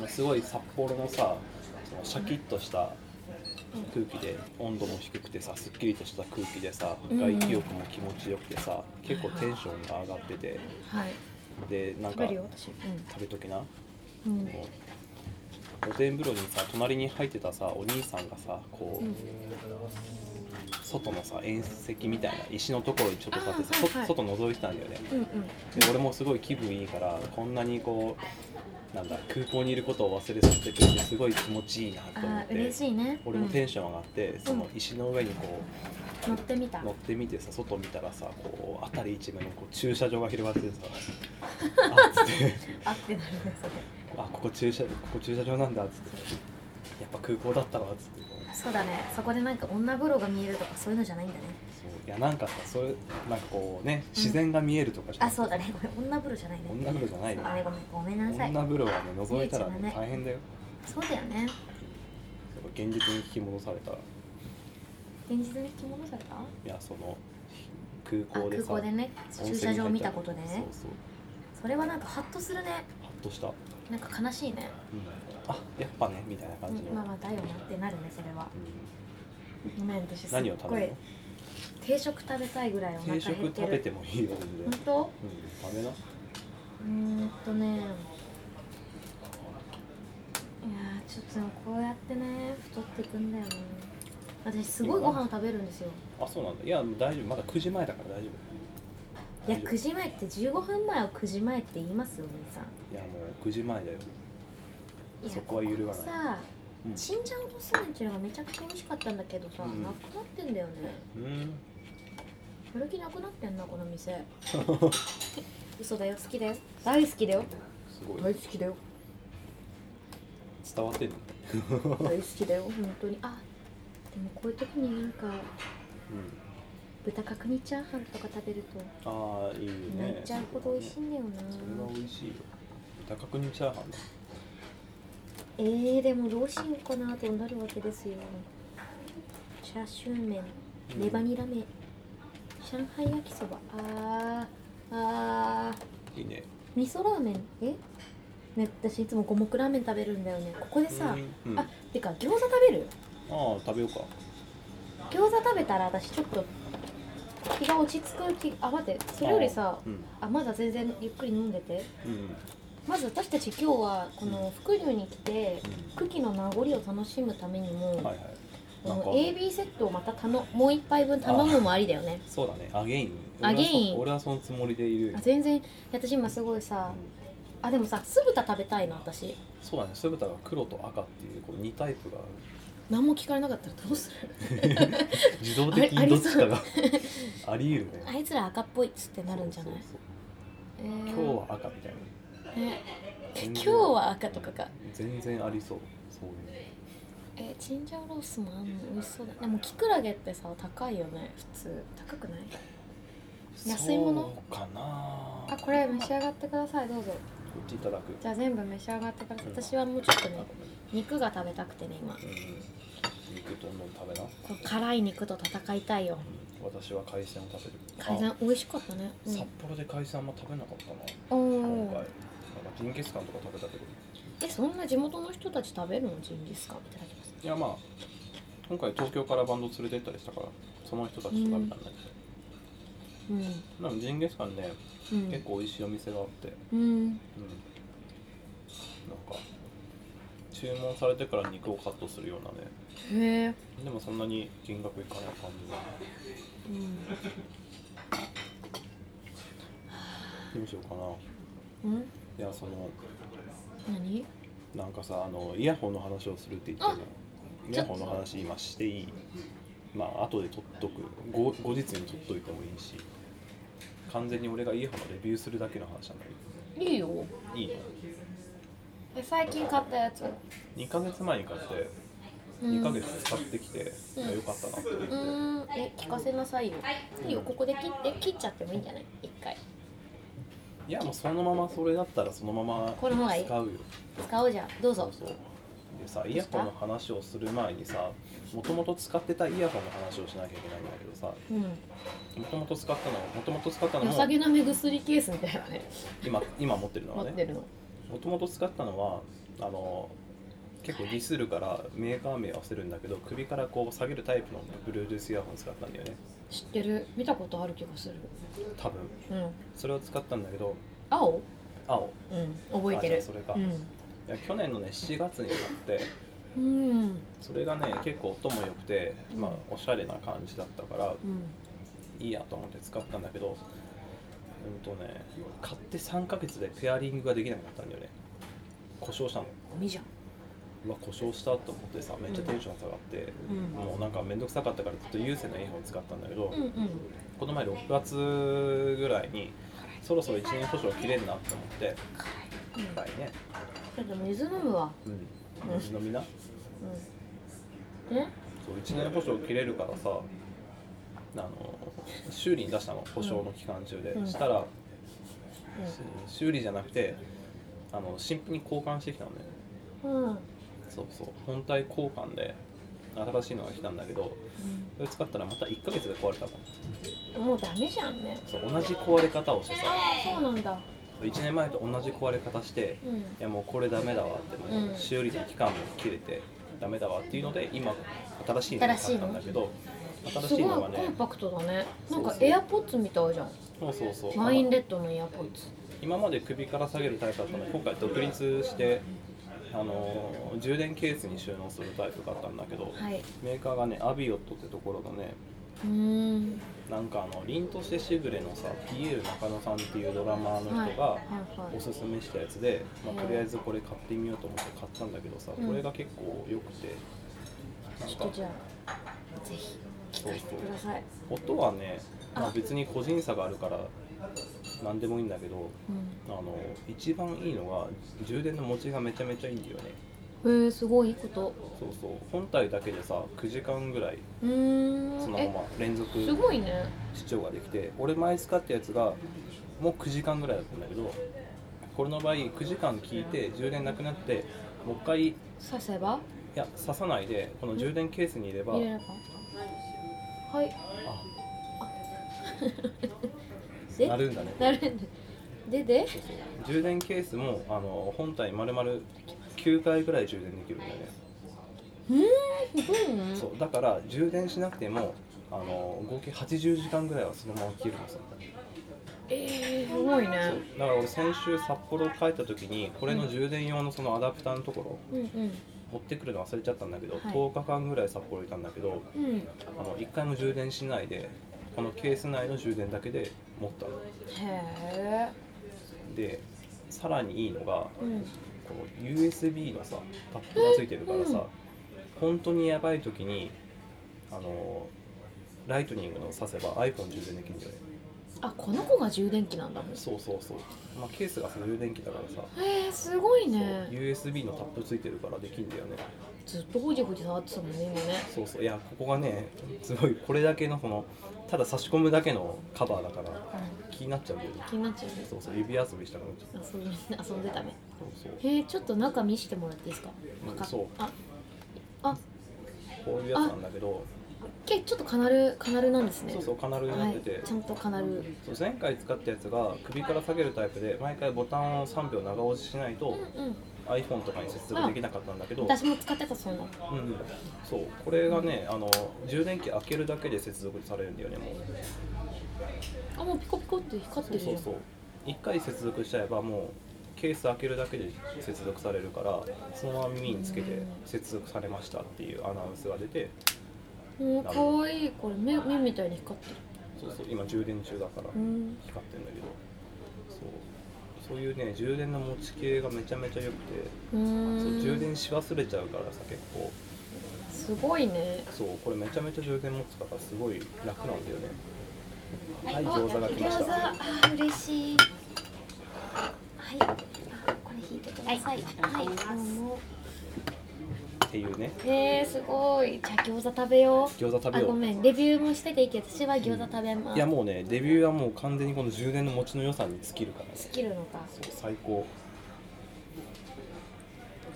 Speaker 2: すごい札幌のさそのシャキッとした空気で温度も低くてさすっきりとした空気でさ
Speaker 1: うん
Speaker 2: 外気浴も気持ちよくてさ結構テンションが上がってて
Speaker 1: はい
Speaker 2: でなん
Speaker 1: 食
Speaker 2: か
Speaker 1: べる
Speaker 2: 食
Speaker 1: よ私う
Speaker 2: べときなん
Speaker 1: うん
Speaker 2: もう露天風呂にさ隣に入ってたさお兄さんがさこう、
Speaker 1: うん
Speaker 2: 外のさ縁石みたいな石のところにちょっと立ってさ、
Speaker 1: あーはいはい
Speaker 2: そ外覗いてたんだよね
Speaker 1: うん
Speaker 2: で俺もすごい気分いいからこんなにこうなんだ空港にいることを忘れさせてくれてすごい気持ちいいなと思
Speaker 1: あ
Speaker 2: っ
Speaker 1: ー嬉
Speaker 2: て
Speaker 1: しいね
Speaker 2: 俺もテ
Speaker 1: う
Speaker 2: ンション上がって、その石の上にこ
Speaker 1: ん乗ってみた
Speaker 2: う乗ってみてさ外見たらさこう辺り一面にこう駐車場が広がっててさあっつって
Speaker 1: あってなるんですね
Speaker 2: あここ駐車ここ駐車場なんだっつってやっぱ空港だったわっつって
Speaker 1: そうだねそこでなんか女風呂が見えるとかそういうのじゃないんだね
Speaker 2: そういやなんかさそれなんかこうね自然が見えるとかじゃ
Speaker 4: あ、
Speaker 2: なくて
Speaker 4: そうだね。ごめん。女風呂じゃないね。
Speaker 2: 女風呂じゃないの
Speaker 4: あれごめん。ごめんなさい。
Speaker 2: 女風呂はね覗いたら
Speaker 4: 唯一
Speaker 2: ね
Speaker 4: のね
Speaker 2: 大変だよ
Speaker 4: そうだよね。
Speaker 2: やっぱ現実に引き戻されたい
Speaker 4: 現実に引き戻された？あ、
Speaker 2: やその空港で
Speaker 4: 空
Speaker 2: さ
Speaker 4: 港でね、
Speaker 2: 温
Speaker 4: 駐
Speaker 2: 泉に入った
Speaker 4: 車場を見たことで
Speaker 2: そう
Speaker 4: ね。
Speaker 2: そう
Speaker 4: それはなんかハッとするね。
Speaker 2: ハッとした、うん、
Speaker 4: なんか悲しいね。
Speaker 2: あやっぱねみたいな感じの、
Speaker 4: うんまあまあだよなってなるね。それは。
Speaker 2: うん
Speaker 4: ごめん、私すっ
Speaker 2: 何を食
Speaker 4: ご
Speaker 2: べ
Speaker 4: い
Speaker 2: る
Speaker 4: 定食食べたいぐらいお
Speaker 2: の
Speaker 4: 腹減
Speaker 2: 定
Speaker 4: ってる。
Speaker 2: 食食べてもいいよ全然、うん、
Speaker 4: 本当？
Speaker 2: ダメな
Speaker 4: うーんとね。いやーちょっとでもこうやってね太っていくんだよね。私すごいご飯を食べるんですよ。
Speaker 2: あそうなんだいや大丈夫まだ9時前だから大丈
Speaker 4: い
Speaker 2: 夫
Speaker 4: や9時前って15分前を9時前って言いますよお兄さん
Speaker 2: いやもう9時前だよ
Speaker 4: いや
Speaker 2: そこは揺るがない
Speaker 4: ここさ
Speaker 2: うん
Speaker 4: チンジャオロースメンチュラがめちゃくちゃ美味しかったんだけどさ、
Speaker 2: うん
Speaker 4: なくなってんだよね
Speaker 2: うん
Speaker 4: 古着なくなってんなこの店 嘘だよ好きだよ大好きだよ
Speaker 2: すごい
Speaker 4: 大好きだよ
Speaker 2: 伝わってる
Speaker 4: 大好きだよ本当にあでもこういう時になんか
Speaker 2: うん
Speaker 4: 豚角煮チャーハンとか食べると
Speaker 2: ああいいね
Speaker 4: 泣いちゃうほど美味しいんだよな、
Speaker 2: それは美味しいよ豚角煮チャーハンだ
Speaker 4: えー、でもどうしようかなとなるわけですよチャーシュー麺レバニラ麺上海焼きそばあーあー
Speaker 2: いいね
Speaker 4: 味噌ラーメンえね私いつも五目ラーメン食べるんだよねここでさ、
Speaker 2: うんうん、
Speaker 4: あ
Speaker 2: あ
Speaker 4: てか餃子食べる
Speaker 2: あ食べようか
Speaker 4: 餃子食べたら私ちょっと気が落ち着く気あ待ってそれよりさ
Speaker 2: うん
Speaker 4: あまだ全然ゆっくり飲んでて
Speaker 2: うん
Speaker 4: まず私たち今日はこの福流に来て
Speaker 2: う
Speaker 4: 久喜の名残を楽しむためにも、
Speaker 2: んはいはい
Speaker 4: こ
Speaker 2: なん
Speaker 4: の
Speaker 2: か
Speaker 4: AB セットをまた頼もう一杯分頼むもありだよね
Speaker 2: そうだねアゲイン
Speaker 1: アゲイン
Speaker 2: 俺はそ俺はそのつもりでいるよ
Speaker 4: あ全然私今すごいさ
Speaker 2: うん
Speaker 4: あでもさ酢豚食べたいな私
Speaker 2: そうだね酢豚が黒と赤っていうこう2タイ プがある
Speaker 1: 何も聞かれなかったらどうする
Speaker 2: 自動的
Speaker 1: あ
Speaker 2: に
Speaker 1: り
Speaker 2: どっちかがあり得るね
Speaker 1: あいつら赤っぽいっつってなるんじゃない
Speaker 2: そうそう
Speaker 4: えー
Speaker 2: そう今日は赤みたいな
Speaker 1: ね
Speaker 2: 全
Speaker 1: 今
Speaker 2: 然
Speaker 1: 日は赤とかか
Speaker 2: 全然ありそうそういう
Speaker 1: えチンジャオロースもあんの美味しそうだでもキクラゲってさ高いよね普通高くない
Speaker 2: の
Speaker 1: 安いもの
Speaker 2: そうかな
Speaker 4: あこれ召し上がってくださいどうぞ
Speaker 2: こっちいただく
Speaker 4: じゃあ全部召し上がってください
Speaker 1: 私はもうちょっとね
Speaker 4: 肉が食べたくてね今
Speaker 2: うん肉どんどん食べな
Speaker 1: こう辛い肉と戦いたいよ
Speaker 2: 私は海鮮を食べる
Speaker 1: 海鮮
Speaker 2: あ
Speaker 1: 美味しかったね、うん
Speaker 2: 札幌で海鮮あんま食べなかったな
Speaker 1: お
Speaker 2: 今
Speaker 1: お
Speaker 2: 回なん
Speaker 1: ー
Speaker 2: かジンギスカンとか食べたけど
Speaker 1: えそんな地元の人たち食べるのジンギスカンいただきます
Speaker 2: いやまあ今回東京からバンド連れてったりしたからその人たちと食べたんだけ
Speaker 1: う
Speaker 2: ど、
Speaker 1: ん
Speaker 2: でもジンギスカンね、
Speaker 1: うん
Speaker 2: 結構美味しいお店があって、
Speaker 1: うん
Speaker 2: うん、なんか注文されてから肉をカットするような
Speaker 1: へ
Speaker 2: ね
Speaker 1: え
Speaker 2: でもそんなに金額いかない感じだ
Speaker 1: うん
Speaker 2: どうしようか
Speaker 1: うん
Speaker 2: ないやその
Speaker 1: 何
Speaker 2: なんかさあのイヤホンの話をするって言ってねイヤホンの話今していいまあ後で取っとく後後日に取っといてもいいし完全に俺がイヤホンのレビューするだけの話なんだけ
Speaker 1: いいよ
Speaker 2: どいいの
Speaker 4: え最近買ったやつ
Speaker 2: 2ヶ月前に買って
Speaker 1: ん
Speaker 2: 2ヶ月使ってきて、
Speaker 1: うん
Speaker 2: あよかったなって思って、
Speaker 1: うーんえ聞かせなさいよいいよここで切って切っちゃってもいいんじゃない一回
Speaker 2: いやもうそのままそれだったらそのまま
Speaker 1: この方がいい
Speaker 2: 使うよ
Speaker 1: 使おうじゃんどうぞ
Speaker 2: そうでさイヤホンの話をする前にさもともと使ってたイヤホンの話をしなきゃいけないんだけどさ
Speaker 1: うん
Speaker 2: もともと使ったのもともと使ったの
Speaker 1: 良さげ
Speaker 2: も
Speaker 1: な目薬ケースみたいなね
Speaker 2: 今今持ってるの
Speaker 1: 持
Speaker 2: は
Speaker 1: って
Speaker 2: ね
Speaker 1: るの
Speaker 2: もともと使ったのはあの結構ディスるからメーカー名は伏せるんだけど首からこう下げるタイプの Bluetooth イヤホン使ったんだよね
Speaker 1: 知ってる見たことある気がする
Speaker 2: 多分
Speaker 1: うん
Speaker 2: それを使ったんだけど
Speaker 1: 青
Speaker 2: 青
Speaker 1: うん覚えてる
Speaker 2: あじゃあそれか
Speaker 1: うん
Speaker 2: いや去年のね7月に買って
Speaker 1: うん
Speaker 2: それがね結構音も良くて、まあ、おしゃれな感じだったから
Speaker 1: うん
Speaker 2: いいやと思って使ったんだけどうんとね買って3ヶ月でペアリングができなくなったんだよね故障したの
Speaker 1: ゴミじゃん
Speaker 2: うわ故障したと思ってさめっちゃテンション下がって、
Speaker 1: うん
Speaker 2: もうなんか面倒くさかったからずっと有線のイヤホン使ったんだけど、
Speaker 1: うんうん
Speaker 2: この前6月ぐらいにそろそろ1年保証切れるなって思って辛いね、
Speaker 1: ちょっと水飲むわ
Speaker 2: うん、水飲みな
Speaker 1: うんえ
Speaker 2: そう1年保証切れるからさあの修理に出したの保証の期間中で、
Speaker 1: うん
Speaker 2: したら、し修理じゃなくてあの新品に交換してきたのね
Speaker 1: うん
Speaker 2: そうそう本体交換で新しいのが来たんだけどそれ使ったらまた1ヶ月で壊れたの
Speaker 1: もうダメじゃんね
Speaker 2: そう同じ壊れ方をしてさ
Speaker 1: そうなんだ
Speaker 2: 1年前と同じ壊れ方して
Speaker 1: うん
Speaker 2: いやもうこれダメだわってもう
Speaker 1: うん
Speaker 2: 修理の期間も切れてダメだわっていうので今新しいのを買ったんだけど新
Speaker 1: す
Speaker 2: しい
Speaker 1: ご
Speaker 2: の
Speaker 1: い
Speaker 2: が
Speaker 1: コ
Speaker 2: ね
Speaker 1: ンパクトだねな
Speaker 2: そ
Speaker 1: ん
Speaker 2: う
Speaker 1: か
Speaker 2: そう
Speaker 1: エアポッツみたいじゃん
Speaker 2: そうそうそう
Speaker 1: マインレッドのエアポッツ
Speaker 2: 今まで首から下げるタイプだったので今回独立してあのー充電ケースに収納するタイプだったんだけど、
Speaker 1: はい
Speaker 2: メーカーがねアビオットってところのね
Speaker 5: うん
Speaker 2: なんかあの凛としてしぐれのさ PL 中野さんっていうドラマーの人が
Speaker 5: はいは
Speaker 2: お
Speaker 5: い
Speaker 2: すすめしたやつで、まあ、
Speaker 5: うん
Speaker 2: とりあえずこれ買ってみようと思って買ったんだけどさ、
Speaker 5: うん
Speaker 2: これが結構良くてなん
Speaker 5: ちょっと
Speaker 2: か
Speaker 5: じゃあぜひ
Speaker 2: そうそう
Speaker 5: ください、
Speaker 2: 音はね、まあ、
Speaker 5: あ
Speaker 2: 別に個人差があるから何でもいいんだけど
Speaker 5: うん、
Speaker 2: あの一番いいのが充電の持ちがめちゃめちゃいいんだよね
Speaker 5: えー、すごいいいこと
Speaker 2: そうそう本体だけでさ9時間ぐらいう
Speaker 5: ー
Speaker 2: そ
Speaker 5: ん
Speaker 2: の
Speaker 5: え
Speaker 2: まま連続
Speaker 5: すごいね
Speaker 2: 視聴ができて俺前使ったやつがもう9時間ぐらいだったんだけどこれの場合9時間聞いて充電なくなってもう一回い
Speaker 5: 刺せば
Speaker 2: や刺さないでこの充電ケースに入れば
Speaker 5: 入れればはい
Speaker 2: あ
Speaker 5: で
Speaker 2: なるんだね
Speaker 5: なるんででで
Speaker 2: そうそう充電ケースもあの本体丸々9回ぐらい充電できるんだよね
Speaker 5: すごいね
Speaker 2: そうだから充電しなくてもあの合計80時間ぐらいはそのまま消えるのさ
Speaker 5: えー、すごいね
Speaker 2: だから俺先週札幌帰った時にこれの充電用のそのアダプターのとこ
Speaker 5: う
Speaker 2: ろ
Speaker 5: んうん
Speaker 2: 持ってくるの忘れちゃったんだけど、
Speaker 5: はい
Speaker 2: 10日間ぐらい札幌いたんだけど
Speaker 5: うんへ
Speaker 2: あの1回も充電しないでこのケース内の充電だけで持ったの
Speaker 5: え
Speaker 2: でさらにいいのが
Speaker 5: うん
Speaker 2: この USB のさタップがついてるからさ、
Speaker 5: うん
Speaker 2: 本当にやばい時にあのライトニングの挿せば iPhone 充電できるんだよね
Speaker 5: あこの子が充電器なんだ
Speaker 2: そうそうそう、まあ、ケースがさ充電器だからさ、
Speaker 5: えー、すごい
Speaker 2: そう
Speaker 5: ね
Speaker 2: USB のタップついてるからできるんだよね
Speaker 5: ずっとほじほじ触ってたもんね今ね
Speaker 2: そうそういやここがねすごいこれだけのこのただ差し込むだけのカバーだから気になっちゃうんだよね
Speaker 5: 気になっちゃうね
Speaker 2: そうそう指遊びしたくなっちゃう
Speaker 5: 遊び遊んでたね
Speaker 2: そう
Speaker 5: へえちょっと中見せてもらっていいですか
Speaker 2: うん
Speaker 5: か
Speaker 2: そう
Speaker 5: ああ
Speaker 2: そうこういうやつなんだけど
Speaker 5: けちょっとカナルカナルなんですね
Speaker 2: そうそうカナルにな
Speaker 5: は
Speaker 2: って
Speaker 5: い
Speaker 2: て、
Speaker 5: ちゃんとカナル
Speaker 2: そう前回使ったやつが首から下げるタイプで毎回ボタンを3秒長押ししないと
Speaker 5: うん
Speaker 2: iPhone とかに接続できなかったんだけど、
Speaker 5: 私も使ってたそういうの
Speaker 2: うんうん、そうこれがねあの充電器開けるだけで接続されるんだよねもう
Speaker 5: あもうピコピコって光って
Speaker 2: そう
Speaker 5: る
Speaker 2: そう
Speaker 5: よ
Speaker 2: そう1回接続しちゃえばもうケース開けるだけで接続されるからそのまま耳につけて接続されましたっていうアナウンスが出て
Speaker 5: うんかわいいこれ目目みたいに光ってる
Speaker 2: そうそう今充電中だから
Speaker 5: うん
Speaker 2: 光ってるんだけどそうそういうね充電の持ち系がめちゃめちゃ良くて
Speaker 5: う
Speaker 2: そう充
Speaker 5: ーん
Speaker 2: 電し忘れちゃうからさ結構
Speaker 5: すごいね
Speaker 2: そうこれめちゃめちゃ充電持つからすごい楽なんだよね
Speaker 3: はい
Speaker 2: はい餃子が来ました
Speaker 1: あー嬉しいはいあこれ引いてください
Speaker 3: はい
Speaker 1: はい、
Speaker 3: はい
Speaker 1: どうも
Speaker 2: っていうね
Speaker 1: えー、すごいじゃあ餃子食べよう
Speaker 2: 餃子食べ
Speaker 1: あ
Speaker 2: よ
Speaker 1: ご
Speaker 2: う
Speaker 1: めんレビューもしてていいけど私は餃子食べます
Speaker 2: いやもうねデビューはもう完全にこの充電の持ちの良さに尽きるからね
Speaker 1: スキルのか
Speaker 2: そう最高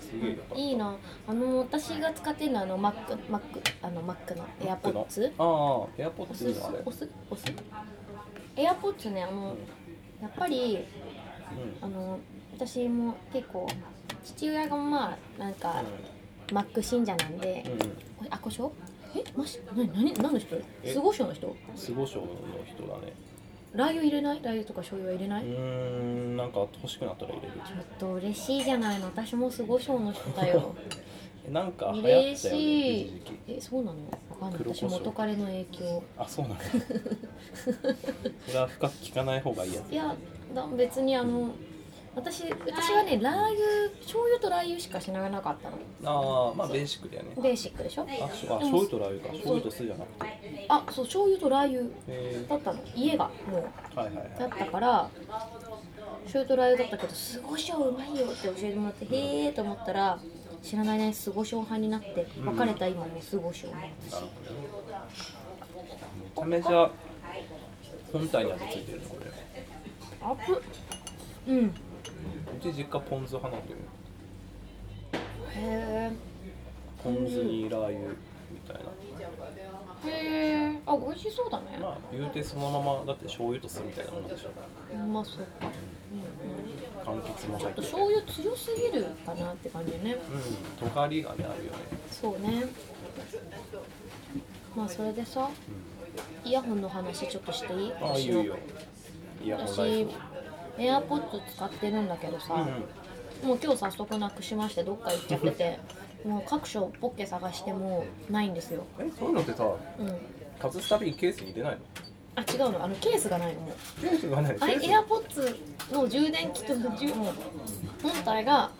Speaker 2: すげえよかった
Speaker 1: いいなあの私が使ってるのはあのマックマックあのマックのエアポッツ
Speaker 2: ああエアポッ
Speaker 1: お
Speaker 2: ツ
Speaker 1: す
Speaker 2: いい
Speaker 1: す
Speaker 2: のあれ
Speaker 1: おすおすエアポッツねあの、やっぱりあの私も結構父親がまあなんか、マック信者なんで、
Speaker 2: うんうんうん
Speaker 1: あこしょえマジ何何何の人
Speaker 2: え
Speaker 1: 酢胡椒の人
Speaker 2: 酢胡椒の人だね
Speaker 1: ラー油入れないラー油とか醤油は入れない、
Speaker 2: うーんなんか欲しくなったら入れる
Speaker 1: ちょっと嬉しいじゃないの私も酢胡椒の人だ よ
Speaker 2: えなんか流行ったよね
Speaker 1: 嬉
Speaker 2: 一
Speaker 1: しい
Speaker 2: 時期
Speaker 1: えそうなのあの
Speaker 2: 黒胡
Speaker 1: 私
Speaker 2: 椒
Speaker 1: 元彼の影響
Speaker 2: あそうなんだそれは深く聞かない方がいいやつ
Speaker 1: いやだ別にあの私私はねラー油醤油とラー油しか知らなかったの
Speaker 2: ああまあベーシックだよね
Speaker 1: ベーシックでしょ
Speaker 2: あ、しょあ醤油とラー油か醤油と酢じゃなくて
Speaker 1: あそう醤油とラー油
Speaker 2: え
Speaker 1: だったの家がもう
Speaker 2: ー、はいはいはい
Speaker 1: だったから醤油とラー油だったけど酢胡椒うまいよって教えてもらってへえと思ったら知らないね酢胡椒派になって
Speaker 2: うん
Speaker 1: 別れた今も酢胡椒
Speaker 2: なるほどねめちゃめちゃ本体に味ついてるねこれ
Speaker 1: あぶうんへ
Speaker 2: うち実家ポン酢派なんだよね
Speaker 1: え
Speaker 2: ポン酢にラー油みたい
Speaker 1: へえあ美味しそうだね
Speaker 2: なまあ言うてそのままだって醤油と酢みたいなもんでしょ
Speaker 1: うまそうか
Speaker 2: 柑橘も入ってて
Speaker 1: 醤油強すぎるかなって感じね
Speaker 2: うん尖りがねあるよね
Speaker 1: そうねまあそれでさイヤホンの話ちょっとしていい
Speaker 2: ああい
Speaker 1: 私
Speaker 2: いよ
Speaker 1: の
Speaker 2: いいよイヤホンライ
Speaker 1: 私
Speaker 2: フ
Speaker 1: エアポッド使ってるんだけどさ、
Speaker 2: うんうん
Speaker 1: もう今日早速なくしましてどっか行っちゃっててもう各所ポッケ探してもないんですよ、
Speaker 2: えそういうのってさ
Speaker 1: うん、
Speaker 2: 外すたびにケースに入れないの
Speaker 1: あ違うのあのケースがないのもう
Speaker 2: ケースがない
Speaker 1: あ
Speaker 2: ケー
Speaker 1: れ
Speaker 2: ス
Speaker 1: エアポッツの充電器と充もう本体が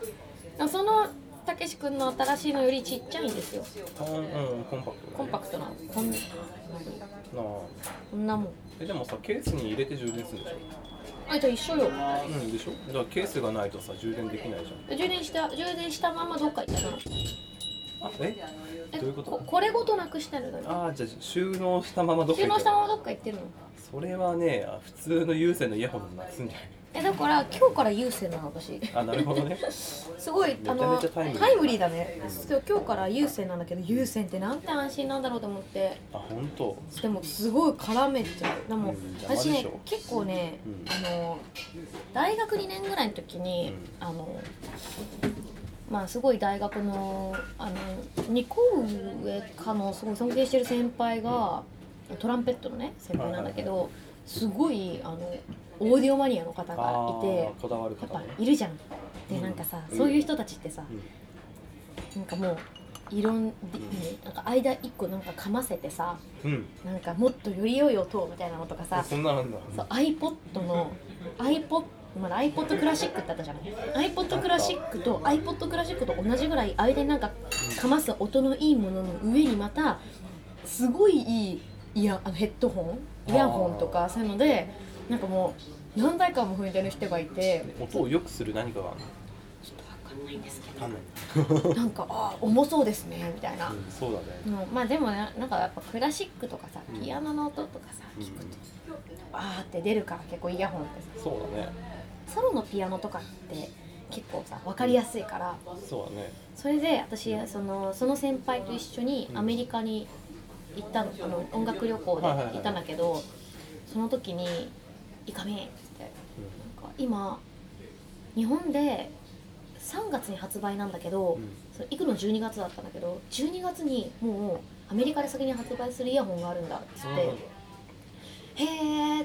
Speaker 1: そのたけし君の新しいのよりちっちゃいんですよ
Speaker 2: あうんコンパクト
Speaker 1: コンパ
Speaker 2: ク
Speaker 1: クトなこん
Speaker 2: トなあ
Speaker 1: こんなもん
Speaker 2: えでもさケースに入れて充電するでしょ
Speaker 1: あじゃあ一緒よ
Speaker 2: うんでしょだからケースがないとさ充電できないじゃ
Speaker 1: 充電した充電したままどっか行ったの
Speaker 2: んあえ
Speaker 1: え
Speaker 2: どういうこと
Speaker 1: ここれごとなくしてるのよ
Speaker 2: あーじゃあ収納したままどっか
Speaker 1: 収
Speaker 2: 行
Speaker 1: 納
Speaker 2: っ
Speaker 1: した
Speaker 2: た
Speaker 1: ままどっか行ってるの
Speaker 2: それはねあ普通の有線のイヤホンのなくすんじゃない
Speaker 1: えだから今日から優先なの私
Speaker 2: あなるほどね
Speaker 1: すごい
Speaker 2: めち
Speaker 1: あ
Speaker 2: ゃ
Speaker 1: の
Speaker 2: めちゃタイムリー
Speaker 1: タイムリーだねそう今日から優先なんだけど優先ってなんて安心なんだろうと思って
Speaker 2: あ本当
Speaker 1: でもすごい絡めちゃうでも
Speaker 2: うん邪魔でし
Speaker 1: 私
Speaker 2: ょ
Speaker 1: ね結構ね、
Speaker 2: うん
Speaker 1: あの大学2年ぐらいの時に、
Speaker 2: う
Speaker 1: あのまあすごい大学のあの2個上かのすごい尊敬してる先輩がトランペットのね先輩なんだけど、
Speaker 2: はい
Speaker 1: すごいあのオーディオマニアの方がいて
Speaker 2: あーこだわる
Speaker 1: やっ
Speaker 2: 方
Speaker 1: ぱ
Speaker 2: ね
Speaker 1: いるじゃん。で
Speaker 2: うん
Speaker 1: なんかさ、
Speaker 2: うん
Speaker 1: そういう人たちってさ、
Speaker 2: うん
Speaker 1: なんかもういろん、なんか間一個なんかかませてさ、
Speaker 2: うん
Speaker 1: なんかもっとより良い音をみたいなのとかさ、
Speaker 2: そんななんだ
Speaker 1: そう iPod の iPod まだ iPod クラシックってあったじゃない iPod クラシックと iPod クラシックと同じぐらい間になんかかます音のいいものの上にまたすごいいいイヤあのヘッドホンイヤホンとかそういうのでなんかもう何台かも踏んでる人がいて
Speaker 2: 音を良くする何かがある
Speaker 1: ちょっとわかんないんですけ
Speaker 2: のわかんな
Speaker 1: ど
Speaker 2: い
Speaker 1: なんかあー重そうですねみたいな
Speaker 2: うんそうだね
Speaker 1: うんまあでもねなんかやっぱクラシックとかさ
Speaker 2: うん
Speaker 1: ピアノの音とかさ
Speaker 2: うん
Speaker 1: 聞くとあーって出るから結構イヤホンってさ
Speaker 2: そうだね
Speaker 1: ソロのピアノとかって結構さ分かりやすいから
Speaker 2: そうだね
Speaker 1: それで私そのその先輩と一緒にアメリカに行ったのあの音楽旅行で
Speaker 2: はいはいはい
Speaker 1: 行ったんだけどその時に「いかめ」っつって「なんか今日本で3月に発売なんだけど
Speaker 2: うん、うん
Speaker 1: それ行くの12月だったんだけど12月にもうアメリカで先に発売するイヤホンがあるんだ」っつ
Speaker 2: そ
Speaker 1: っ
Speaker 2: う
Speaker 1: て
Speaker 2: なんだ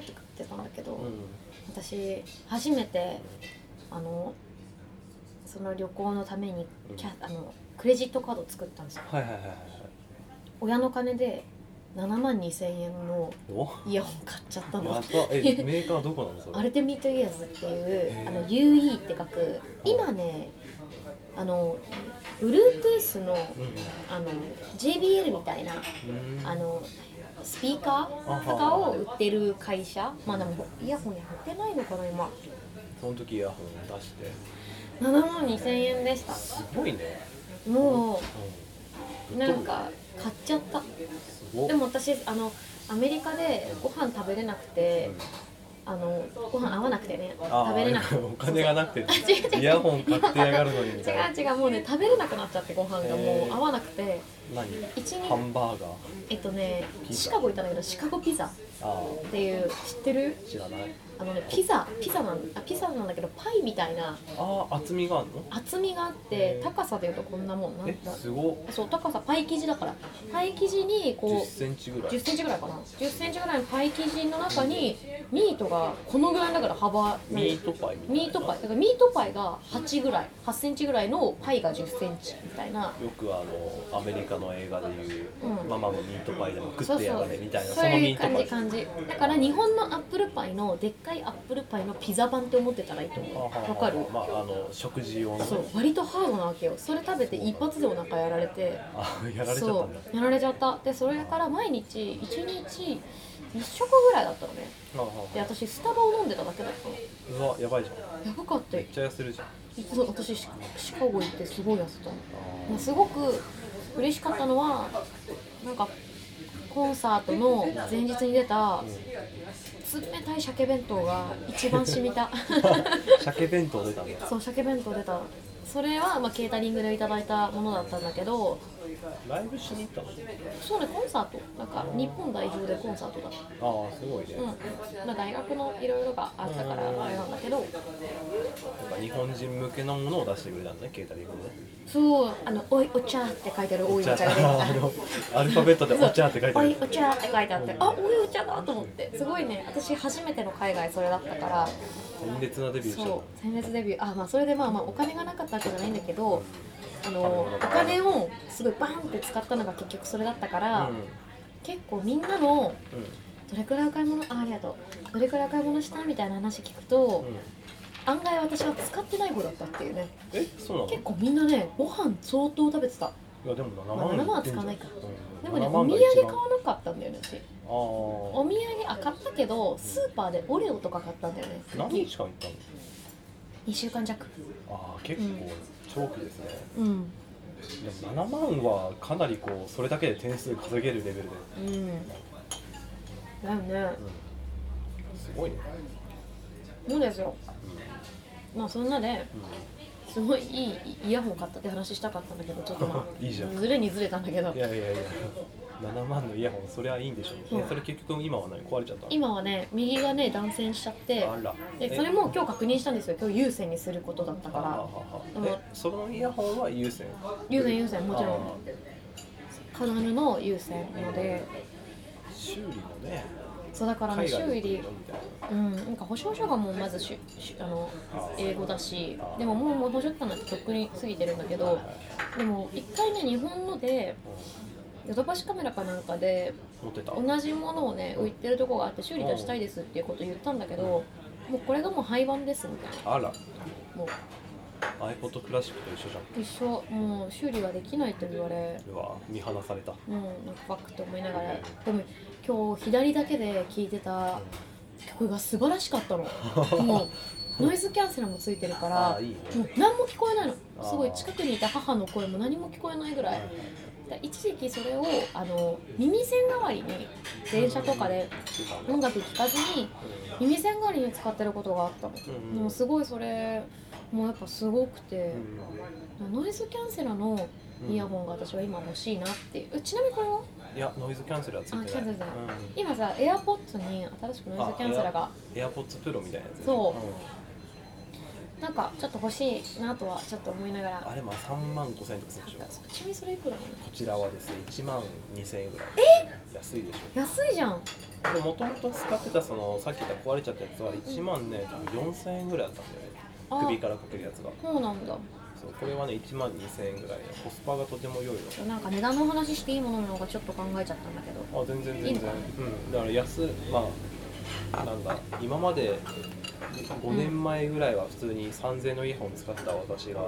Speaker 1: 「へえ」とか言ってたんだけど。
Speaker 2: う
Speaker 1: 私初めてあのその旅行のためにキャあのクレジットカードを作ったんですよ
Speaker 2: んはいはいはいはいはい
Speaker 1: 親の金で7万2000円の
Speaker 2: お
Speaker 1: イヤホン買っちゃった
Speaker 2: や
Speaker 1: の
Speaker 2: ったえメーカーはどこなのそれ
Speaker 1: アルテミットイヤーズってい
Speaker 2: へ
Speaker 1: う
Speaker 2: ー
Speaker 1: あの UE って書く今ねあの Bluetooth の
Speaker 2: う
Speaker 1: あの JBL みたいなん
Speaker 2: うん
Speaker 1: あのスピーカーとかを売ってる会社まあでもイヤホンやってないのかな今
Speaker 2: その時イヤホンを出して
Speaker 1: 7万2000円でした
Speaker 2: すごいね
Speaker 1: も
Speaker 2: う
Speaker 1: うんなんか買っちゃった
Speaker 2: すごっ
Speaker 1: でも私あのアメリカでご飯食べれなくて
Speaker 2: うん
Speaker 1: あのご飯合わなくてね
Speaker 2: あー
Speaker 1: 食べれなくて
Speaker 2: お金がなく
Speaker 1: 違う違
Speaker 2: て
Speaker 1: う
Speaker 2: イヤホン買ってやがるのにみたいな
Speaker 1: 違う違うもうね食べれなくなっちゃってご飯がも
Speaker 2: へ
Speaker 1: う
Speaker 2: ー
Speaker 1: 合わなくて
Speaker 2: 何
Speaker 1: 一
Speaker 2: ハ
Speaker 1: 日
Speaker 2: ンバーガー
Speaker 1: えっとね
Speaker 2: ピザ
Speaker 1: シカゴ行ったんだけどシカゴピザっ
Speaker 2: あ
Speaker 1: ていう知ってる
Speaker 2: あ知らない
Speaker 1: あのねピザピザなんあピザなんだけどパイみたいな
Speaker 2: ああ厚みがあるの
Speaker 1: 厚みがあっ
Speaker 2: へ
Speaker 1: て
Speaker 2: ー
Speaker 1: 高さでいうとこんなもんなん
Speaker 2: え
Speaker 1: だ
Speaker 2: すごっ
Speaker 1: そう高さパイ生地だからパイ生地に
Speaker 2: 10
Speaker 1: こう
Speaker 2: センチぐらい
Speaker 1: 10センチぐらいかな10センチぐらいのパイ生地の中にミートがこのぐらいだから幅
Speaker 2: ミートパイみたいな
Speaker 1: ミートパイだからミートパイが8ぐらい8センチぐらいのパイが10センチみたいな
Speaker 2: よくあのアメリカの映画でいう、
Speaker 1: うん
Speaker 2: ママもミートパイでも食
Speaker 1: そ
Speaker 2: っ
Speaker 1: う
Speaker 2: てや
Speaker 1: そ
Speaker 2: が
Speaker 1: う
Speaker 2: れみたいな
Speaker 1: そう
Speaker 2: の
Speaker 1: い
Speaker 2: ミ
Speaker 1: う
Speaker 2: ート
Speaker 1: 感
Speaker 2: パ
Speaker 1: じ
Speaker 2: イ
Speaker 1: 感じだから日本のアップルパイのでっかいアップルパイのピザ版って思ってたらいいと
Speaker 2: あ
Speaker 1: 思
Speaker 2: は
Speaker 1: う
Speaker 2: は
Speaker 1: わかる
Speaker 2: まああの食事用の
Speaker 1: そう割とハードなわけよそれ食べて一発でお腹やられて
Speaker 2: あやられちゃったんだ
Speaker 1: そうやられちゃったでそれから毎日1日1食ぐらいだったのね
Speaker 2: あはは
Speaker 1: で私スタバを飲んでただけだったの
Speaker 2: うわやばいじゃ
Speaker 1: やばかっ
Speaker 2: ん
Speaker 1: た
Speaker 2: め
Speaker 1: よ
Speaker 2: っちゃ痩せるじゃん
Speaker 1: そう私シシカゴ行ってすごい痩せたまあ
Speaker 2: あ
Speaker 1: すごく嬉しかったのはなんかコンサートの前日に出た冷たい鮭弁当が一番染みた
Speaker 2: ー鮭弁当出たんだ
Speaker 1: そう鮭弁当出たそれはまあケータリングでいただいたものだったんだけど
Speaker 2: ライブしに行ったの
Speaker 1: そうねコンサートなんか日本代表でコンサートだった
Speaker 2: ああすごいね、
Speaker 1: うん
Speaker 2: やっ
Speaker 1: まあ大学のいろいろがあったからあれなんだけど
Speaker 2: ぱ日本人向けのものを出してくれたんだねケータリングでね
Speaker 1: そうあの「おいお茶」って書いてある「おいお茶」が出てき
Speaker 2: あ
Speaker 1: た
Speaker 2: のアルファベットでお茶って書いて あ
Speaker 1: お
Speaker 2: る
Speaker 1: いお茶って書いてあって、あ、おいお茶だと思って、すごいね、私初めての海外それだったから、
Speaker 2: 鮮烈なデビューしたんだ
Speaker 1: そう、鮮烈デビュー、あ、まあそれでまあまあお金がなかったわけじゃないんだけど、あのお金をすごいバンって使ったのが結局それだったから、結構みんなのどれくらいお買い物あありがとうどれくらいお買い物したみたいな話聞くと、案外私は使ってない方だったっていうね
Speaker 2: えそうなの
Speaker 1: 結構みんなねご飯相当食べてた
Speaker 2: いやでも7
Speaker 1: まあ7
Speaker 2: 万
Speaker 1: 万
Speaker 2: い
Speaker 1: は
Speaker 2: って
Speaker 1: 使
Speaker 2: んじゃ
Speaker 1: わ
Speaker 2: ん
Speaker 1: ないか
Speaker 2: うん
Speaker 1: でもね
Speaker 2: 7
Speaker 1: お土産
Speaker 2: 万が
Speaker 1: 買
Speaker 2: 一番
Speaker 1: わなかったんだよね私お土
Speaker 2: あ
Speaker 1: 産あ買ったけどスーパーでオレオとか買ったんだよね
Speaker 2: あ何日間行ったの
Speaker 1: 2週間弱
Speaker 2: ああ結構長期ですね、
Speaker 1: うん
Speaker 2: でも7万はかなりこうそれだけで点数稼げるレベルで、
Speaker 1: うんだよね
Speaker 2: すごいね、
Speaker 1: そうですよ
Speaker 2: う
Speaker 1: まあそんなね
Speaker 2: ん
Speaker 1: すごいいいイヤホン買ったって話したかったんだけどちょっとまあ
Speaker 2: いいじゃん
Speaker 1: ずれにずれたんだけど
Speaker 2: いやいやいや7万のイヤホンそりゃいいんでしょう、ね
Speaker 1: うん
Speaker 2: それ結局今は何壊れちゃったの
Speaker 1: 今はね右がね断線しちゃって
Speaker 2: あら
Speaker 1: でそれ
Speaker 2: え
Speaker 1: も今日確認したんですよ今日有線にすることだった
Speaker 2: あは
Speaker 1: か
Speaker 2: は
Speaker 1: うん
Speaker 2: えそのイヤホンは有線
Speaker 1: ら有線有線もちろん
Speaker 2: あー
Speaker 1: カナルの有線なので
Speaker 2: 修理のね
Speaker 1: そうだからね
Speaker 2: 海
Speaker 1: 修
Speaker 2: 外で
Speaker 1: 理
Speaker 2: のみたいな
Speaker 1: うん、なんか保証書がもうまずししあの英語だしでももうもう保証書なんてとっくに過ぎてるんだけどでも一回ね日本のでヨドバシカメラかなんかで
Speaker 2: 持ってた
Speaker 1: 同じものをね浮いてるとこがあって修理出したいですっていうこと言ったんだけどもうこれがもう廃盤ですみたいな
Speaker 2: あら
Speaker 1: も
Speaker 2: iPod クラシックと一緒じゃ
Speaker 1: う一緒もう修理ができないと言われ
Speaker 2: んうわ見放された
Speaker 1: もうなんかバックと思いながらでも今日左だけで聴いてた曲が素晴らしかったのもうノイズキャンセルもついてるから
Speaker 2: あーいいね
Speaker 1: もう何も聞こえないの
Speaker 2: あー
Speaker 1: すごい近くにいた母の声も何も聞こえないぐらいだ一時期それをあの耳栓代わりに電車とかで
Speaker 2: 出たね
Speaker 1: 音楽聴かずに耳栓代わりに使ってることがあったの、
Speaker 2: うん
Speaker 1: もうすごいそれもうやっぱすごくて、ノイズキャンセラーのイヤホンが私は今欲しいなっていうえちなみにこれはい
Speaker 2: やノイズキャンセルはついてない
Speaker 1: あキャンセルだ
Speaker 2: うん
Speaker 1: 今さ AirPods に新しくノイズキャンセラーが
Speaker 2: AirPods Pro みたいなやつ
Speaker 1: そうんなんかちょっと欲しいなとはちょっと思いながら
Speaker 2: あれまあ3万5千円とかするでしょこ
Speaker 1: ちなみにそれいくらなの
Speaker 2: ちらはですね1万2千円ぐらいえ安いでし
Speaker 1: 安いじゃん
Speaker 2: ょでもともと使ってたそのさっき言った壊れちゃったやつは1万ね多分4千円ぐらいだったんだよね
Speaker 1: あ
Speaker 2: 首からかけるやつが
Speaker 1: そうなんだ
Speaker 2: そうこれはね1万2千円ぐらいでコスパがとても良いの
Speaker 1: なんか値段の話していいものなのかちょっと考えちゃったんだけど
Speaker 2: あ全然全
Speaker 1: いい
Speaker 2: 然
Speaker 1: のかな
Speaker 2: うんだから安まあなんだ今まで5年前ぐらいは普通に3000円のイヤホン使ってた私が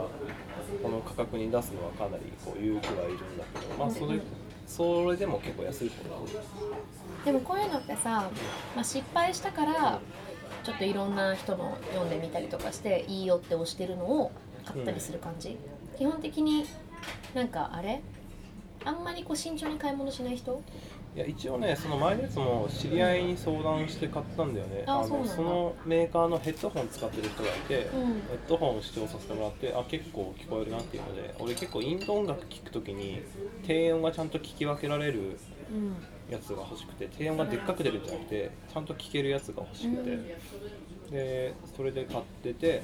Speaker 2: この価格に出すのはかなりこう勇気はいるんだけどまあそれそれでも結構安い方だ
Speaker 1: でもこういうのってさ、まあ、失敗したからちょっといろんな人の読んでみたりとかしていいよって押してるのを買ったりする感じ、基本的になんかあれあんまりこう慎重に買い物しない人
Speaker 2: いや一応ねその前のやつも知り合いに相談して買ったんだよね
Speaker 1: あ
Speaker 2: の
Speaker 1: そうなんだ
Speaker 2: そのメーカーのヘッドホン使ってる人がいて、ヘ
Speaker 1: ん
Speaker 2: ッドホンを視聴させてもらってあ結構聞こえるなっていうので俺結構インド音楽聴くときに低音がちゃんと聞き分けられる
Speaker 1: うん
Speaker 2: やつが欲しくて低音がでっかく出るんじゃなくてちゃんと聴けるやつが欲しくて、でそれで買ってて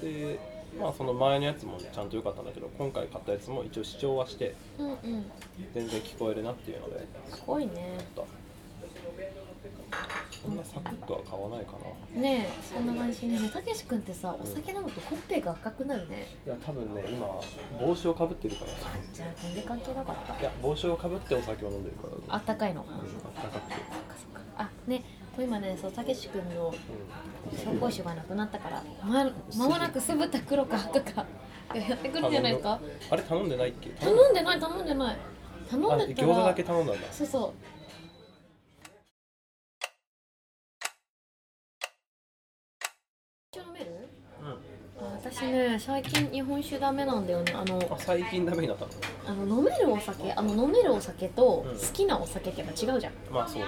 Speaker 2: でまあその前のやつもねちゃんと良かったんだけど今回買ったやつも一応視聴はして
Speaker 1: うんうん
Speaker 2: 全然聞こえるなっていうのです
Speaker 1: ごいね
Speaker 2: 買ったそんなサクッとは買わないかな
Speaker 1: ねえそんな感じねたけし君ってさお酒飲むとほっぺが赤くなるね
Speaker 2: いや多分ね今帽子をかぶってるから
Speaker 1: じゃあ全然関係なかった
Speaker 2: いや帽子をかぶってお酒を飲んでるから
Speaker 1: あったかいの
Speaker 2: うんあったかくて
Speaker 1: あねこれ今ねそうたけし君の
Speaker 2: うん
Speaker 1: 紹興酒がなくなったからま間もなく酢豚黒かとかやってくるんじゃないですか
Speaker 2: あれ頼んでないっけ
Speaker 1: 頼んでない頼んでない頼んで
Speaker 2: あ
Speaker 1: たら
Speaker 2: 餃子だけ頼んだんだ
Speaker 1: そうそう一応飲めるあ私ね最近日本酒ダメなんだよねあの
Speaker 2: あ最近ダメになったの
Speaker 1: あの飲めるお酒あの飲めるお酒と好
Speaker 2: うん
Speaker 1: きなお酒ってやっぱ違うじゃん、
Speaker 2: まあそうね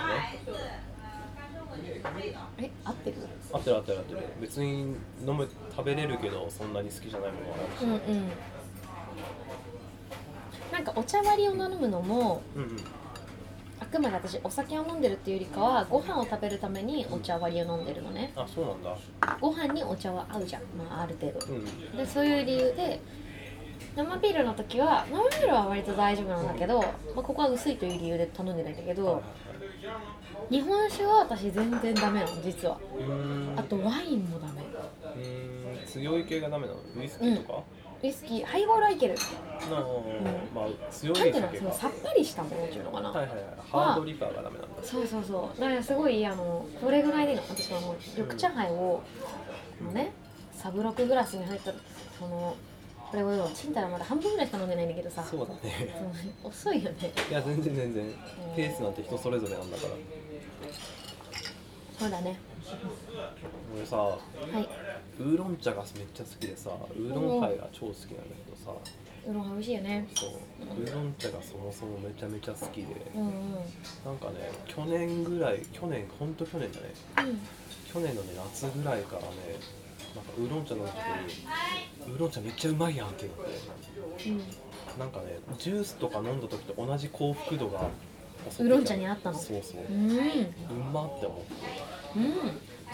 Speaker 1: え合ってる
Speaker 2: 合ってる合ってる合ってる別に飲む食べれるけどそんなに好きじゃないものはあ
Speaker 1: うんうんなんかお茶割りを飲むのも
Speaker 2: るし
Speaker 1: あくまで私お酒を飲んでるっていうよりかはご飯を食べるためにお茶割りを飲んでるのね
Speaker 2: うんあそうなんだ
Speaker 1: ご飯にお茶は合うじゃん、まあ、ある程度
Speaker 2: うん
Speaker 1: でそういう理由で生ビールの時は生ビールは割と大丈夫なんだけど、まあ、ここは薄いという理由で頼んでないんだけど日本酒は私全然ダメなの実は
Speaker 2: うーん
Speaker 1: あとワインもダメ
Speaker 2: うーん強い系がダメなのウイスキーとか、
Speaker 1: ウイスキーハイボールはいける
Speaker 2: なあまあ強
Speaker 1: なん
Speaker 2: い
Speaker 1: ていうの
Speaker 2: 酒
Speaker 1: その
Speaker 2: が
Speaker 1: さっぱりしたものっていうのかな、
Speaker 2: はいはいはいハードリバーがダメなんだ
Speaker 1: そうそうそうだからすごいあのこれぐらいでいいの私はもう緑茶杯を、
Speaker 2: うん
Speaker 1: もうねサブロックグラスに入ったそのこれをよチンタラまだ半分ぐらいしか飲んでないんだけどさ
Speaker 2: そうだね
Speaker 1: そうね遅いよね
Speaker 2: いや全然全然ペースなんて人それぞれなんだから
Speaker 1: そうだね
Speaker 2: 俺さ
Speaker 1: はい
Speaker 2: ウーロン茶がめっちゃ好きでさウーロンハイが超好きなんだけどさ
Speaker 1: うどんは美味しいよね
Speaker 2: そうウーロン茶がそもそもめちゃめちゃ好きで
Speaker 1: うんうん
Speaker 2: なんかね去年ぐらい去年ほんと去年だね去年のね夏ぐらいからねなんかウーロン茶飲んだ時にウーロン茶めっちゃうまいやんってなって
Speaker 1: うん、
Speaker 2: なんかねジュースとか飲んだ時と同じ幸福度が襲ってきた
Speaker 1: ウーロン茶にあったの
Speaker 2: そうそう
Speaker 1: う
Speaker 2: うん
Speaker 1: うん
Speaker 2: まって思って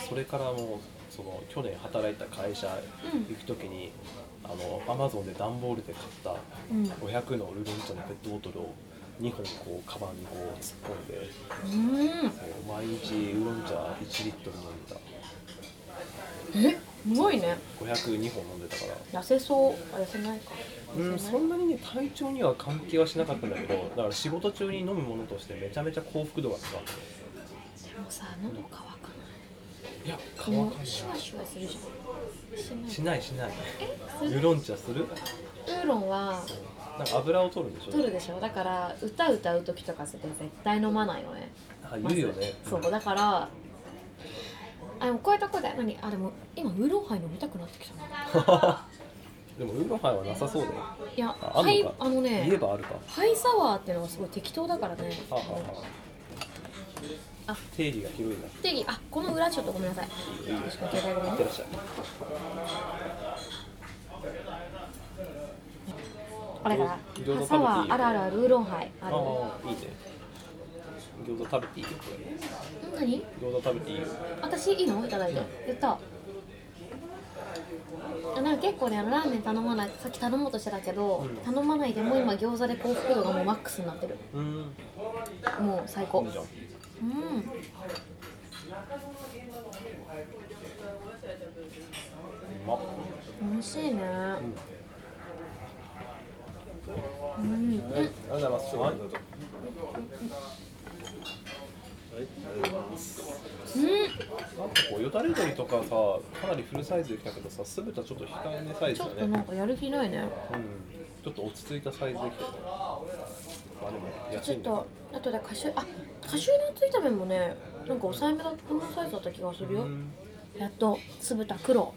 Speaker 1: う
Speaker 2: それからもうその去年働いた会社行く時に、あのアマゾンで段ボールで買った
Speaker 1: ん
Speaker 2: 500のウーロン茶のペットボトルを2本こうカバンにこう突っ込んで
Speaker 1: うん
Speaker 2: もう毎日ウーロン茶1リットル飲んでた
Speaker 1: えすごいね
Speaker 2: 502本飲んでたから
Speaker 1: 痩せそうあ痩せないか
Speaker 2: うんそんなにね体調には関係はしなかったんだけどだから仕事中に飲むものとしてめちゃめちゃ幸福度が高かった
Speaker 1: でもさ喉乾かない
Speaker 2: いや乾かん
Speaker 1: もうシュワシュワするじゃんし
Speaker 2: し
Speaker 1: ない
Speaker 2: ないしないウーロン茶する
Speaker 1: ウーロンは
Speaker 2: なんか油を取るんでしょ
Speaker 1: 取るでしょだから歌歌う時とかって絶対飲まないのね
Speaker 2: あ言うよね
Speaker 1: そうだからあでもこういうとこで何あでも今ウーロンハイ飲みたくなってきたな
Speaker 2: でもウーロンハイはなさそうだ よ
Speaker 1: いや
Speaker 2: ああんのか
Speaker 1: ハイあのね
Speaker 2: 言えばあるか
Speaker 1: ハイサワーってのがすごい適当だからね
Speaker 2: はあはあはあ
Speaker 1: あ
Speaker 2: 定義が広いな
Speaker 1: 定義あこの裏ちょっとごめんなさい
Speaker 2: い
Speaker 1: 携帯ごめん
Speaker 2: ってらっしゃい
Speaker 1: あれだ
Speaker 2: 餃子食べていい
Speaker 1: サワーあるあるあるウーロンハイある
Speaker 2: ああいいね餃子食べていいよこれ
Speaker 1: ん何
Speaker 2: 餃子食べていいよ
Speaker 1: 私いいのいただいて言ったあなんか結構ねあのラーメン頼まないさっき頼もうとしてたけど、
Speaker 2: うん
Speaker 1: 頼まないでもう今餃子で幸福度がもうマックスになってる
Speaker 2: うん
Speaker 1: もう最高
Speaker 2: いいじゃん
Speaker 1: うん
Speaker 2: うまっ
Speaker 1: 美味しいねうん、
Speaker 2: ありがとうございます。はい、どうぞ。なんかこうよだれ鶏とかさ、かなりフルサイズできたけどさ、酢豚ちょっと控えめサイズ
Speaker 1: ちょ
Speaker 2: だ
Speaker 1: っ
Speaker 2: ね。
Speaker 1: と
Speaker 2: うん
Speaker 1: なんかやる気ないね
Speaker 2: ちょっと落ち着いたサイズできたね。まあでも
Speaker 1: ち
Speaker 2: 安
Speaker 1: ょ
Speaker 2: い
Speaker 1: っ
Speaker 2: んだよ
Speaker 1: と。後でカシュあカシューナッツ炒めもねなんか抑えめだこのサイズだった気がするよ、
Speaker 2: うん
Speaker 1: やっと酢豚黒、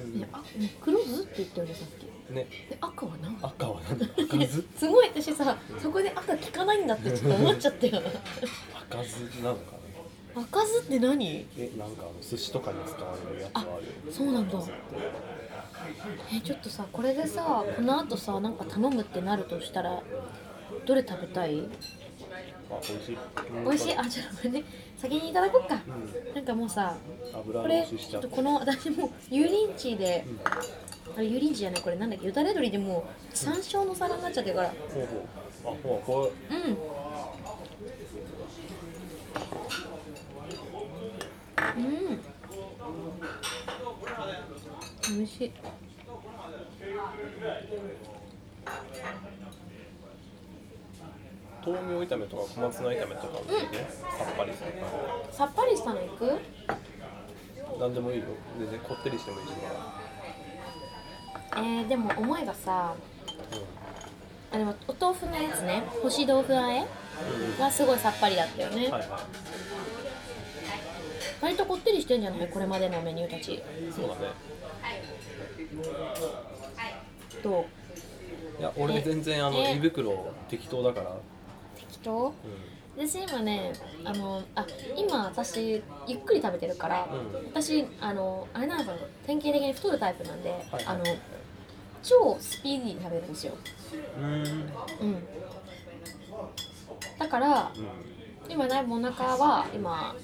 Speaker 2: うん
Speaker 1: ねあね黒酢って言ったよねさっき
Speaker 2: ね、
Speaker 1: で赤は何
Speaker 2: 赤はなんだ。赤酢？
Speaker 1: すごい私さそこで赤聞かないんだってちょっと思っちゃったよ
Speaker 2: 赤酢なのか な。
Speaker 1: 赤酢って何
Speaker 2: え、なんかあの寿司とかに使われるやつはあるよ。
Speaker 1: そうなんだえちょっとさこれでさこの後さなんか頼むってなるとしたらどれ食べたい
Speaker 2: あ、美味しい。
Speaker 1: 美味しいあじゃあこれね先にいただこうか
Speaker 2: う
Speaker 1: なんかもうさ
Speaker 2: 油
Speaker 1: こ
Speaker 2: の
Speaker 1: れ
Speaker 2: しし
Speaker 1: ち
Speaker 2: ち
Speaker 1: ょ
Speaker 2: ゃ
Speaker 1: っと
Speaker 2: って。
Speaker 1: この私もう油淋鶏で
Speaker 2: うん。
Speaker 1: あれ油淋鶏じゃないこれなんだっけよだれ鶏でもう山椒の皿になっちゃってるから
Speaker 2: ほうほう。あ、ほうこれ。
Speaker 1: うんうん美味しい
Speaker 2: 豆苗炒めとか小松菜炒めとかもいいね、さっぱりする
Speaker 1: さ
Speaker 2: 感
Speaker 1: っぱりしたのいく
Speaker 2: じなんでもいいよ全然こってりしてもいいしね
Speaker 1: えー、でも思えばさあでもお豆腐のやつね干し豆腐あえがすごいさっぱりだったよね、
Speaker 2: はいはい
Speaker 1: 割とこってりしてんじゃないこれまでのメニューたち
Speaker 2: そうだね
Speaker 1: どう
Speaker 2: いや俺全然あの
Speaker 1: え
Speaker 2: 胃袋適当だから、
Speaker 1: 適当
Speaker 2: う
Speaker 1: 私今ねあのあ今私ゆっくり食べてるから、
Speaker 2: うん
Speaker 1: 私あのあれなんですよ典型的に太るタイプなんで、
Speaker 2: はい
Speaker 1: あの超スピーディーに食べるんですよ、
Speaker 2: ん、うーん
Speaker 1: うん、だから
Speaker 2: う
Speaker 1: 今だいぶお腹は今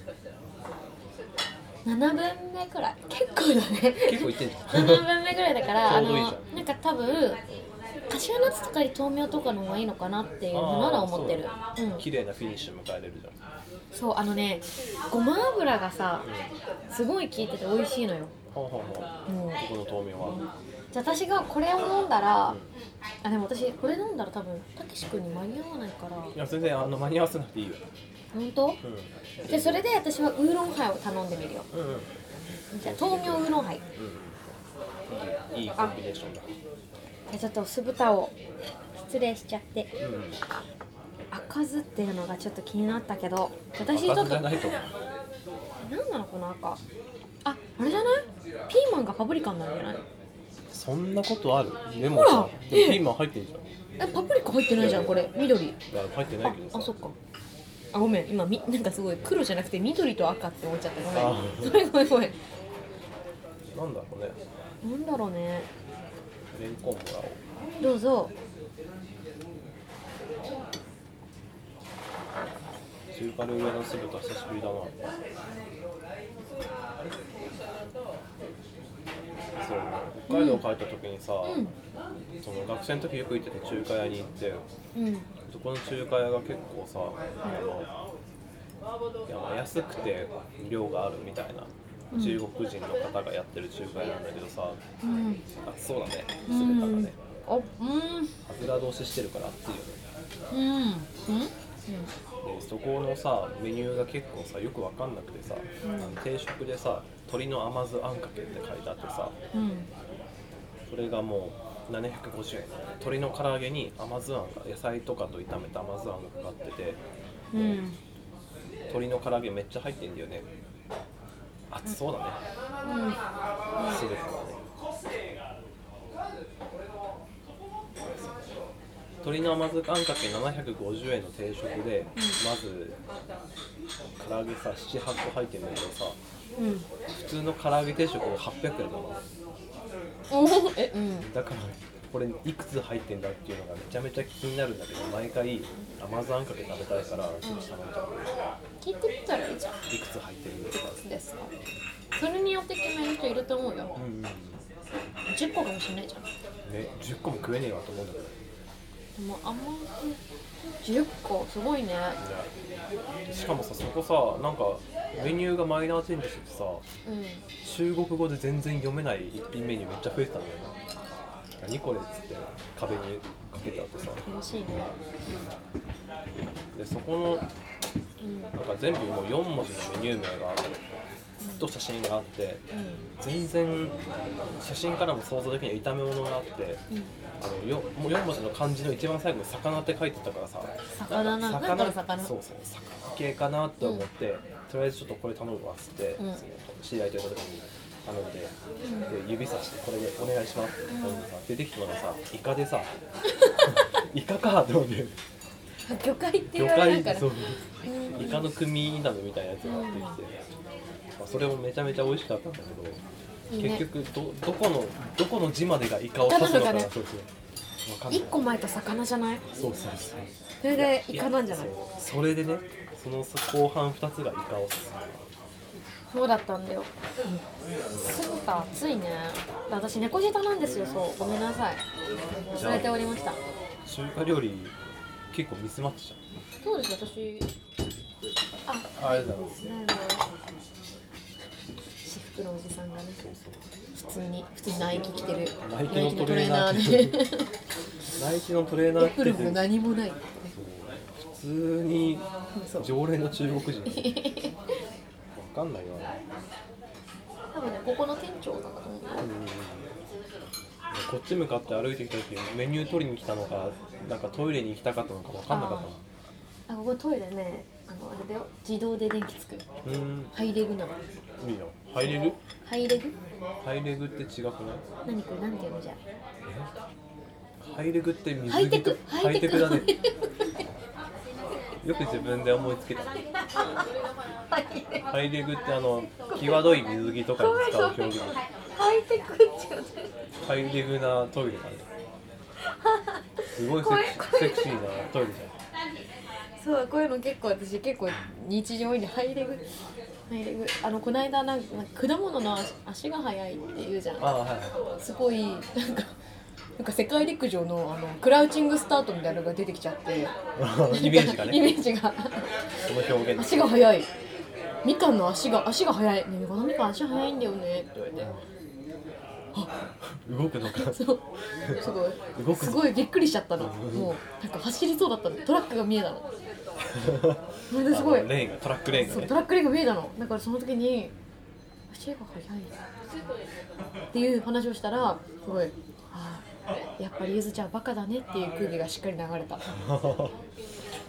Speaker 1: 7分目くらい結構だね
Speaker 2: ん、結構いってんじゃ
Speaker 1: 7
Speaker 2: ん
Speaker 1: 分目ぐらいだから
Speaker 2: ちょうどいいじゃん
Speaker 1: あのなんか多分カシューナッツとかに豆苗とかの方がいいのかなっていうのなら思ってる
Speaker 2: あ
Speaker 1: うん
Speaker 2: 綺麗なフィニッシュ迎えれるじゃん
Speaker 1: そうあのねごま油がさすごい効いてて美味しいのよ
Speaker 2: ほうほうほう
Speaker 1: もう
Speaker 2: ここの豆苗は
Speaker 1: じゃあ私がこれを飲んだら、あでも私これ飲んだら多分たけし君に間に合わないから
Speaker 2: いや全然あの間に合わせなくていいよ、
Speaker 1: 本当
Speaker 2: う
Speaker 1: でそれで私はウーロンハイを頼んでみるよ
Speaker 2: ん、うんうん
Speaker 1: じゃあ豆苗ウーロンハイ
Speaker 2: うんいいコンビネーションだ
Speaker 1: えちょっと酢豚を失礼しちゃって
Speaker 2: うん
Speaker 1: 赤酢っていうのがちょっと気になったけど私ちょ
Speaker 2: 赤
Speaker 1: っと
Speaker 2: 酢じ
Speaker 1: 何
Speaker 2: ゃないと思う
Speaker 1: なのこの赤ああれじゃないピーマンがパプリカになるんじゃない
Speaker 2: そんなことあるでも
Speaker 1: ほら
Speaker 2: さでもピーマン入ってんじゃん
Speaker 1: えパプリカ入ってないじゃんこれ緑
Speaker 2: いや入ってない
Speaker 1: あ
Speaker 2: けどさ
Speaker 1: あそっかあごめん今みなんかすごい黒じゃなくて緑と赤って思っちゃった
Speaker 2: あ
Speaker 1: ごめんごめんごめん
Speaker 2: なんだろうね
Speaker 1: なんだろうね
Speaker 2: レンコンもらおう
Speaker 1: どうぞ
Speaker 2: 中華料理屋の酢豚久しぶりだなそうね北海道帰った時にさ、その学生の時よく行ってた中華屋に行って
Speaker 1: うん
Speaker 2: そこの中華屋が結構さ、あのいやまあ安くて量があるみたいな、中国人の方がやってる中華屋なんだけどさ、
Speaker 1: うん
Speaker 2: 熱そうだね
Speaker 1: う
Speaker 2: 酢豚が
Speaker 1: ん
Speaker 2: ね
Speaker 1: あうん
Speaker 2: 油通ししてるから熱いよね
Speaker 1: うん
Speaker 2: でそこのさメニューが結構さよく分かんなくてさ、定食でさ鶏の甘酢あんかけって書いてあってさ
Speaker 1: うん
Speaker 2: それがもう750円鶏の唐揚げに甘酢あんが野菜とかと炒めた甘酢あんがかかってて
Speaker 1: うん
Speaker 2: 鶏の唐揚げめっちゃ入ってんだよね熱そうだね酢豚はね鶏の甘酢あんかけ750円の定食で、まず唐揚げさ78個入ってんだけどさ
Speaker 1: うん
Speaker 2: 普通の唐揚げ定食を800円だな
Speaker 1: うんえうん
Speaker 2: だからこれいくつ入ってんだっていうのがめちゃめちゃ気になるんだけど毎回甘酢あんかけ食べたいからそっち頼んじゃ
Speaker 1: 聞くったらいいじゃん
Speaker 2: ういくつ入ってるんですか
Speaker 1: ですかそれによって決める人いると思うよ
Speaker 2: うんうんね
Speaker 1: 10個かもしれないじゃん
Speaker 2: 10個も食えねえわと思うんだけど
Speaker 1: でもあんま10個すごいね
Speaker 2: しかもさそこさなんかメニューがマイナーチェンジしててさ
Speaker 1: うん
Speaker 2: 中国語で全然読めない一品メニューめっちゃ増えてたんだよな何これっつって壁にかけてあってさ
Speaker 1: 楽しいね
Speaker 2: でそこの
Speaker 1: うん
Speaker 2: なんか全部もう4文字のメニュー名がと写真があって全然写真からも想像できない炒め物があって
Speaker 1: うんうん
Speaker 2: あのよもう4文字の漢字の一番最後に「魚」って書いてたからさ
Speaker 1: 魚な
Speaker 2: 魚
Speaker 1: なんかの魚
Speaker 2: そうそう魚系かなって思って、とりあえずちょっとこれ頼むわっつって、
Speaker 1: うん
Speaker 2: その知り合いとやった時に頼んで,、で指さしてこれでお願いしますって頼んでさ、出てきたのがさイカで さイカかと思って
Speaker 1: 魚介って言
Speaker 2: 魚
Speaker 1: われる
Speaker 2: 介
Speaker 1: から
Speaker 2: そうイカの組炒めみたいなやつがあってきて、まあそれもめちゃめちゃ美味しかったんだけど。
Speaker 1: いいね
Speaker 2: 結局どどこのどこの字までがイカを指すのかな、
Speaker 1: イカなのかね
Speaker 2: そうそうわかんない
Speaker 1: 1個前と魚じゃない
Speaker 2: そうそうそう
Speaker 1: それでイカなんじゃない
Speaker 2: そうそれでねその後半2つがイカを指す
Speaker 1: そうだったんだよ酢豚熱いね私猫舌なんですよそうごめんなさい忘れておりました
Speaker 2: 中華料理結構ミスマッチじ
Speaker 1: そうです私
Speaker 2: ゃんあれだろう
Speaker 1: なんだろう私服のおじさんがね
Speaker 2: そうそう
Speaker 1: 普通に普通にナイキ着てる
Speaker 2: ナイキのトレーナ
Speaker 1: ナ
Speaker 2: ー
Speaker 1: イキのトレーナーで
Speaker 2: ナイキのトレーナ
Speaker 1: エ
Speaker 2: ー着
Speaker 1: プ
Speaker 2: て
Speaker 1: ロンも
Speaker 2: て
Speaker 1: 何もない
Speaker 2: 普通に
Speaker 1: そう
Speaker 2: 常連の中国人わかんないよね
Speaker 1: 多分ねここの店長なんだと思う
Speaker 2: うんうんうんこっち向かって歩いてきた時メニュー取りに来たのかなんかトイレに行きたかったのかわかんなかったもん
Speaker 1: あここトイレねあのあれだよ自動で電気つく
Speaker 2: うーん
Speaker 1: ハイレグなの
Speaker 2: いいな入れる
Speaker 1: ハイレグ
Speaker 2: ハイレグって違くない
Speaker 1: 何これなんていうのじゃ
Speaker 2: ハイレグって水着と
Speaker 1: ハイテク
Speaker 2: ハイテクだね よく自分で思いつけたハイレグってあの際どい水着とかに使う表現
Speaker 1: ハイテクって
Speaker 2: ハイレグなトイレだねすごいセクセクシーなトイレじ
Speaker 1: そうこういうの結構私結構日常にハイレグハイレグあのこの間なんかなんか果物の足足が速いって言うじゃん
Speaker 2: ゃんああはい
Speaker 1: すごいなんかなんか世界陸上のあのクラウチングスタートみたいなのが出てきちゃって
Speaker 2: はいイメージが
Speaker 1: イメ
Speaker 2: ね
Speaker 1: ージが
Speaker 2: その表現
Speaker 1: 足が速いみかんの足が足が速いねえこのみかん足速いんだよねって言われてあ
Speaker 2: 動くのか
Speaker 1: そうすごい
Speaker 2: 動く
Speaker 1: す
Speaker 2: の
Speaker 1: ごいびっくりしちゃったのもうなんか走りそうだったのトラックが見えたのそれですごい
Speaker 2: あのレーンがトラックレーンが
Speaker 1: そう
Speaker 2: ね
Speaker 1: トラックレーンが見えたのだからその時に足が速いっていう話をしたらすごいああやっぱりゆずちゃんバカだねっていう空気がしっかり流れた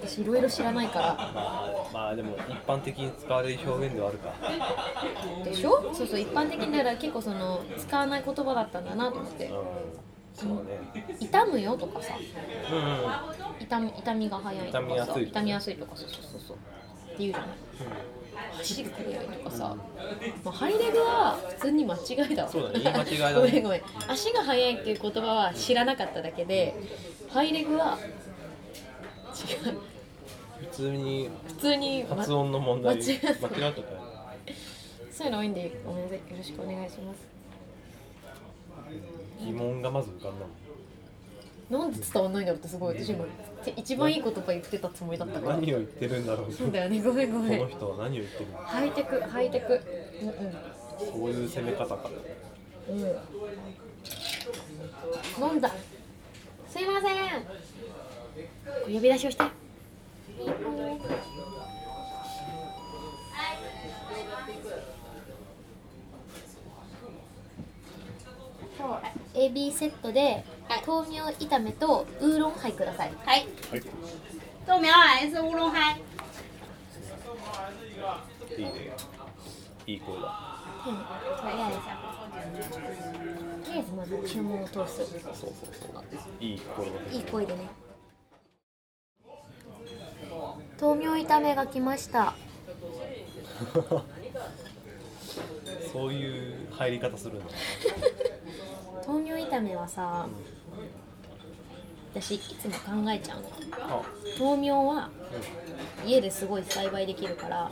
Speaker 1: 私いろいろ知らないから
Speaker 2: まあ、まあでも一般的に使われる表現ではあるか
Speaker 1: でしょそうそう一般的にだから結構その使わない言葉だったんだなと思って
Speaker 2: うんそうね
Speaker 1: 「痛むよ」とかさ
Speaker 2: うんうん
Speaker 1: 痛み痛みが早いと
Speaker 2: 痛みや
Speaker 1: かさ
Speaker 2: すい
Speaker 1: 痛みやすいとかそうそうそうそうって言うじゃない走る速いとかさ、まあ、ハイレグは普通に間違いだわ
Speaker 2: そうだね言い間違いだね
Speaker 1: ごめんごめん足が速いっていう言葉は知らなかっただけでハイレグは違う
Speaker 2: 普通に
Speaker 1: 普通に、ま、
Speaker 2: 発
Speaker 1: そう
Speaker 2: 音の問題
Speaker 1: 間違えた
Speaker 2: 間違ってたよ
Speaker 1: いうの多いんでごめんなさいよろしくお願いします
Speaker 2: 疑問がまず浮かんだもん
Speaker 1: なんで伝わんないんだろうってすごい私今一番いい言葉言ってたつもりだったから
Speaker 2: 何を言ってるんだろう
Speaker 1: そうだよねごめんごめ
Speaker 2: こ
Speaker 1: ん
Speaker 2: の人は何を言ってるの
Speaker 1: ハイテクハイテクうん
Speaker 2: そういう攻め方か
Speaker 1: うんうん飲んだ
Speaker 4: すいません
Speaker 1: 呼び出しをして
Speaker 4: 今日 AB セットで豆苗炒めとウーロンハイください
Speaker 3: はい。豆苗还是乌龙嗨？
Speaker 2: いいねいい声だ
Speaker 4: とりあえずとりあえずまず注文を通す
Speaker 2: そうそうそういい声だ
Speaker 4: いい声でね豆苗炒めが来ました
Speaker 2: そういう入り方するんだ
Speaker 4: 豆苗炒めはさ
Speaker 1: 私いつも考えちゃうの
Speaker 2: あ
Speaker 1: 豆苗は家ですごい栽培できるから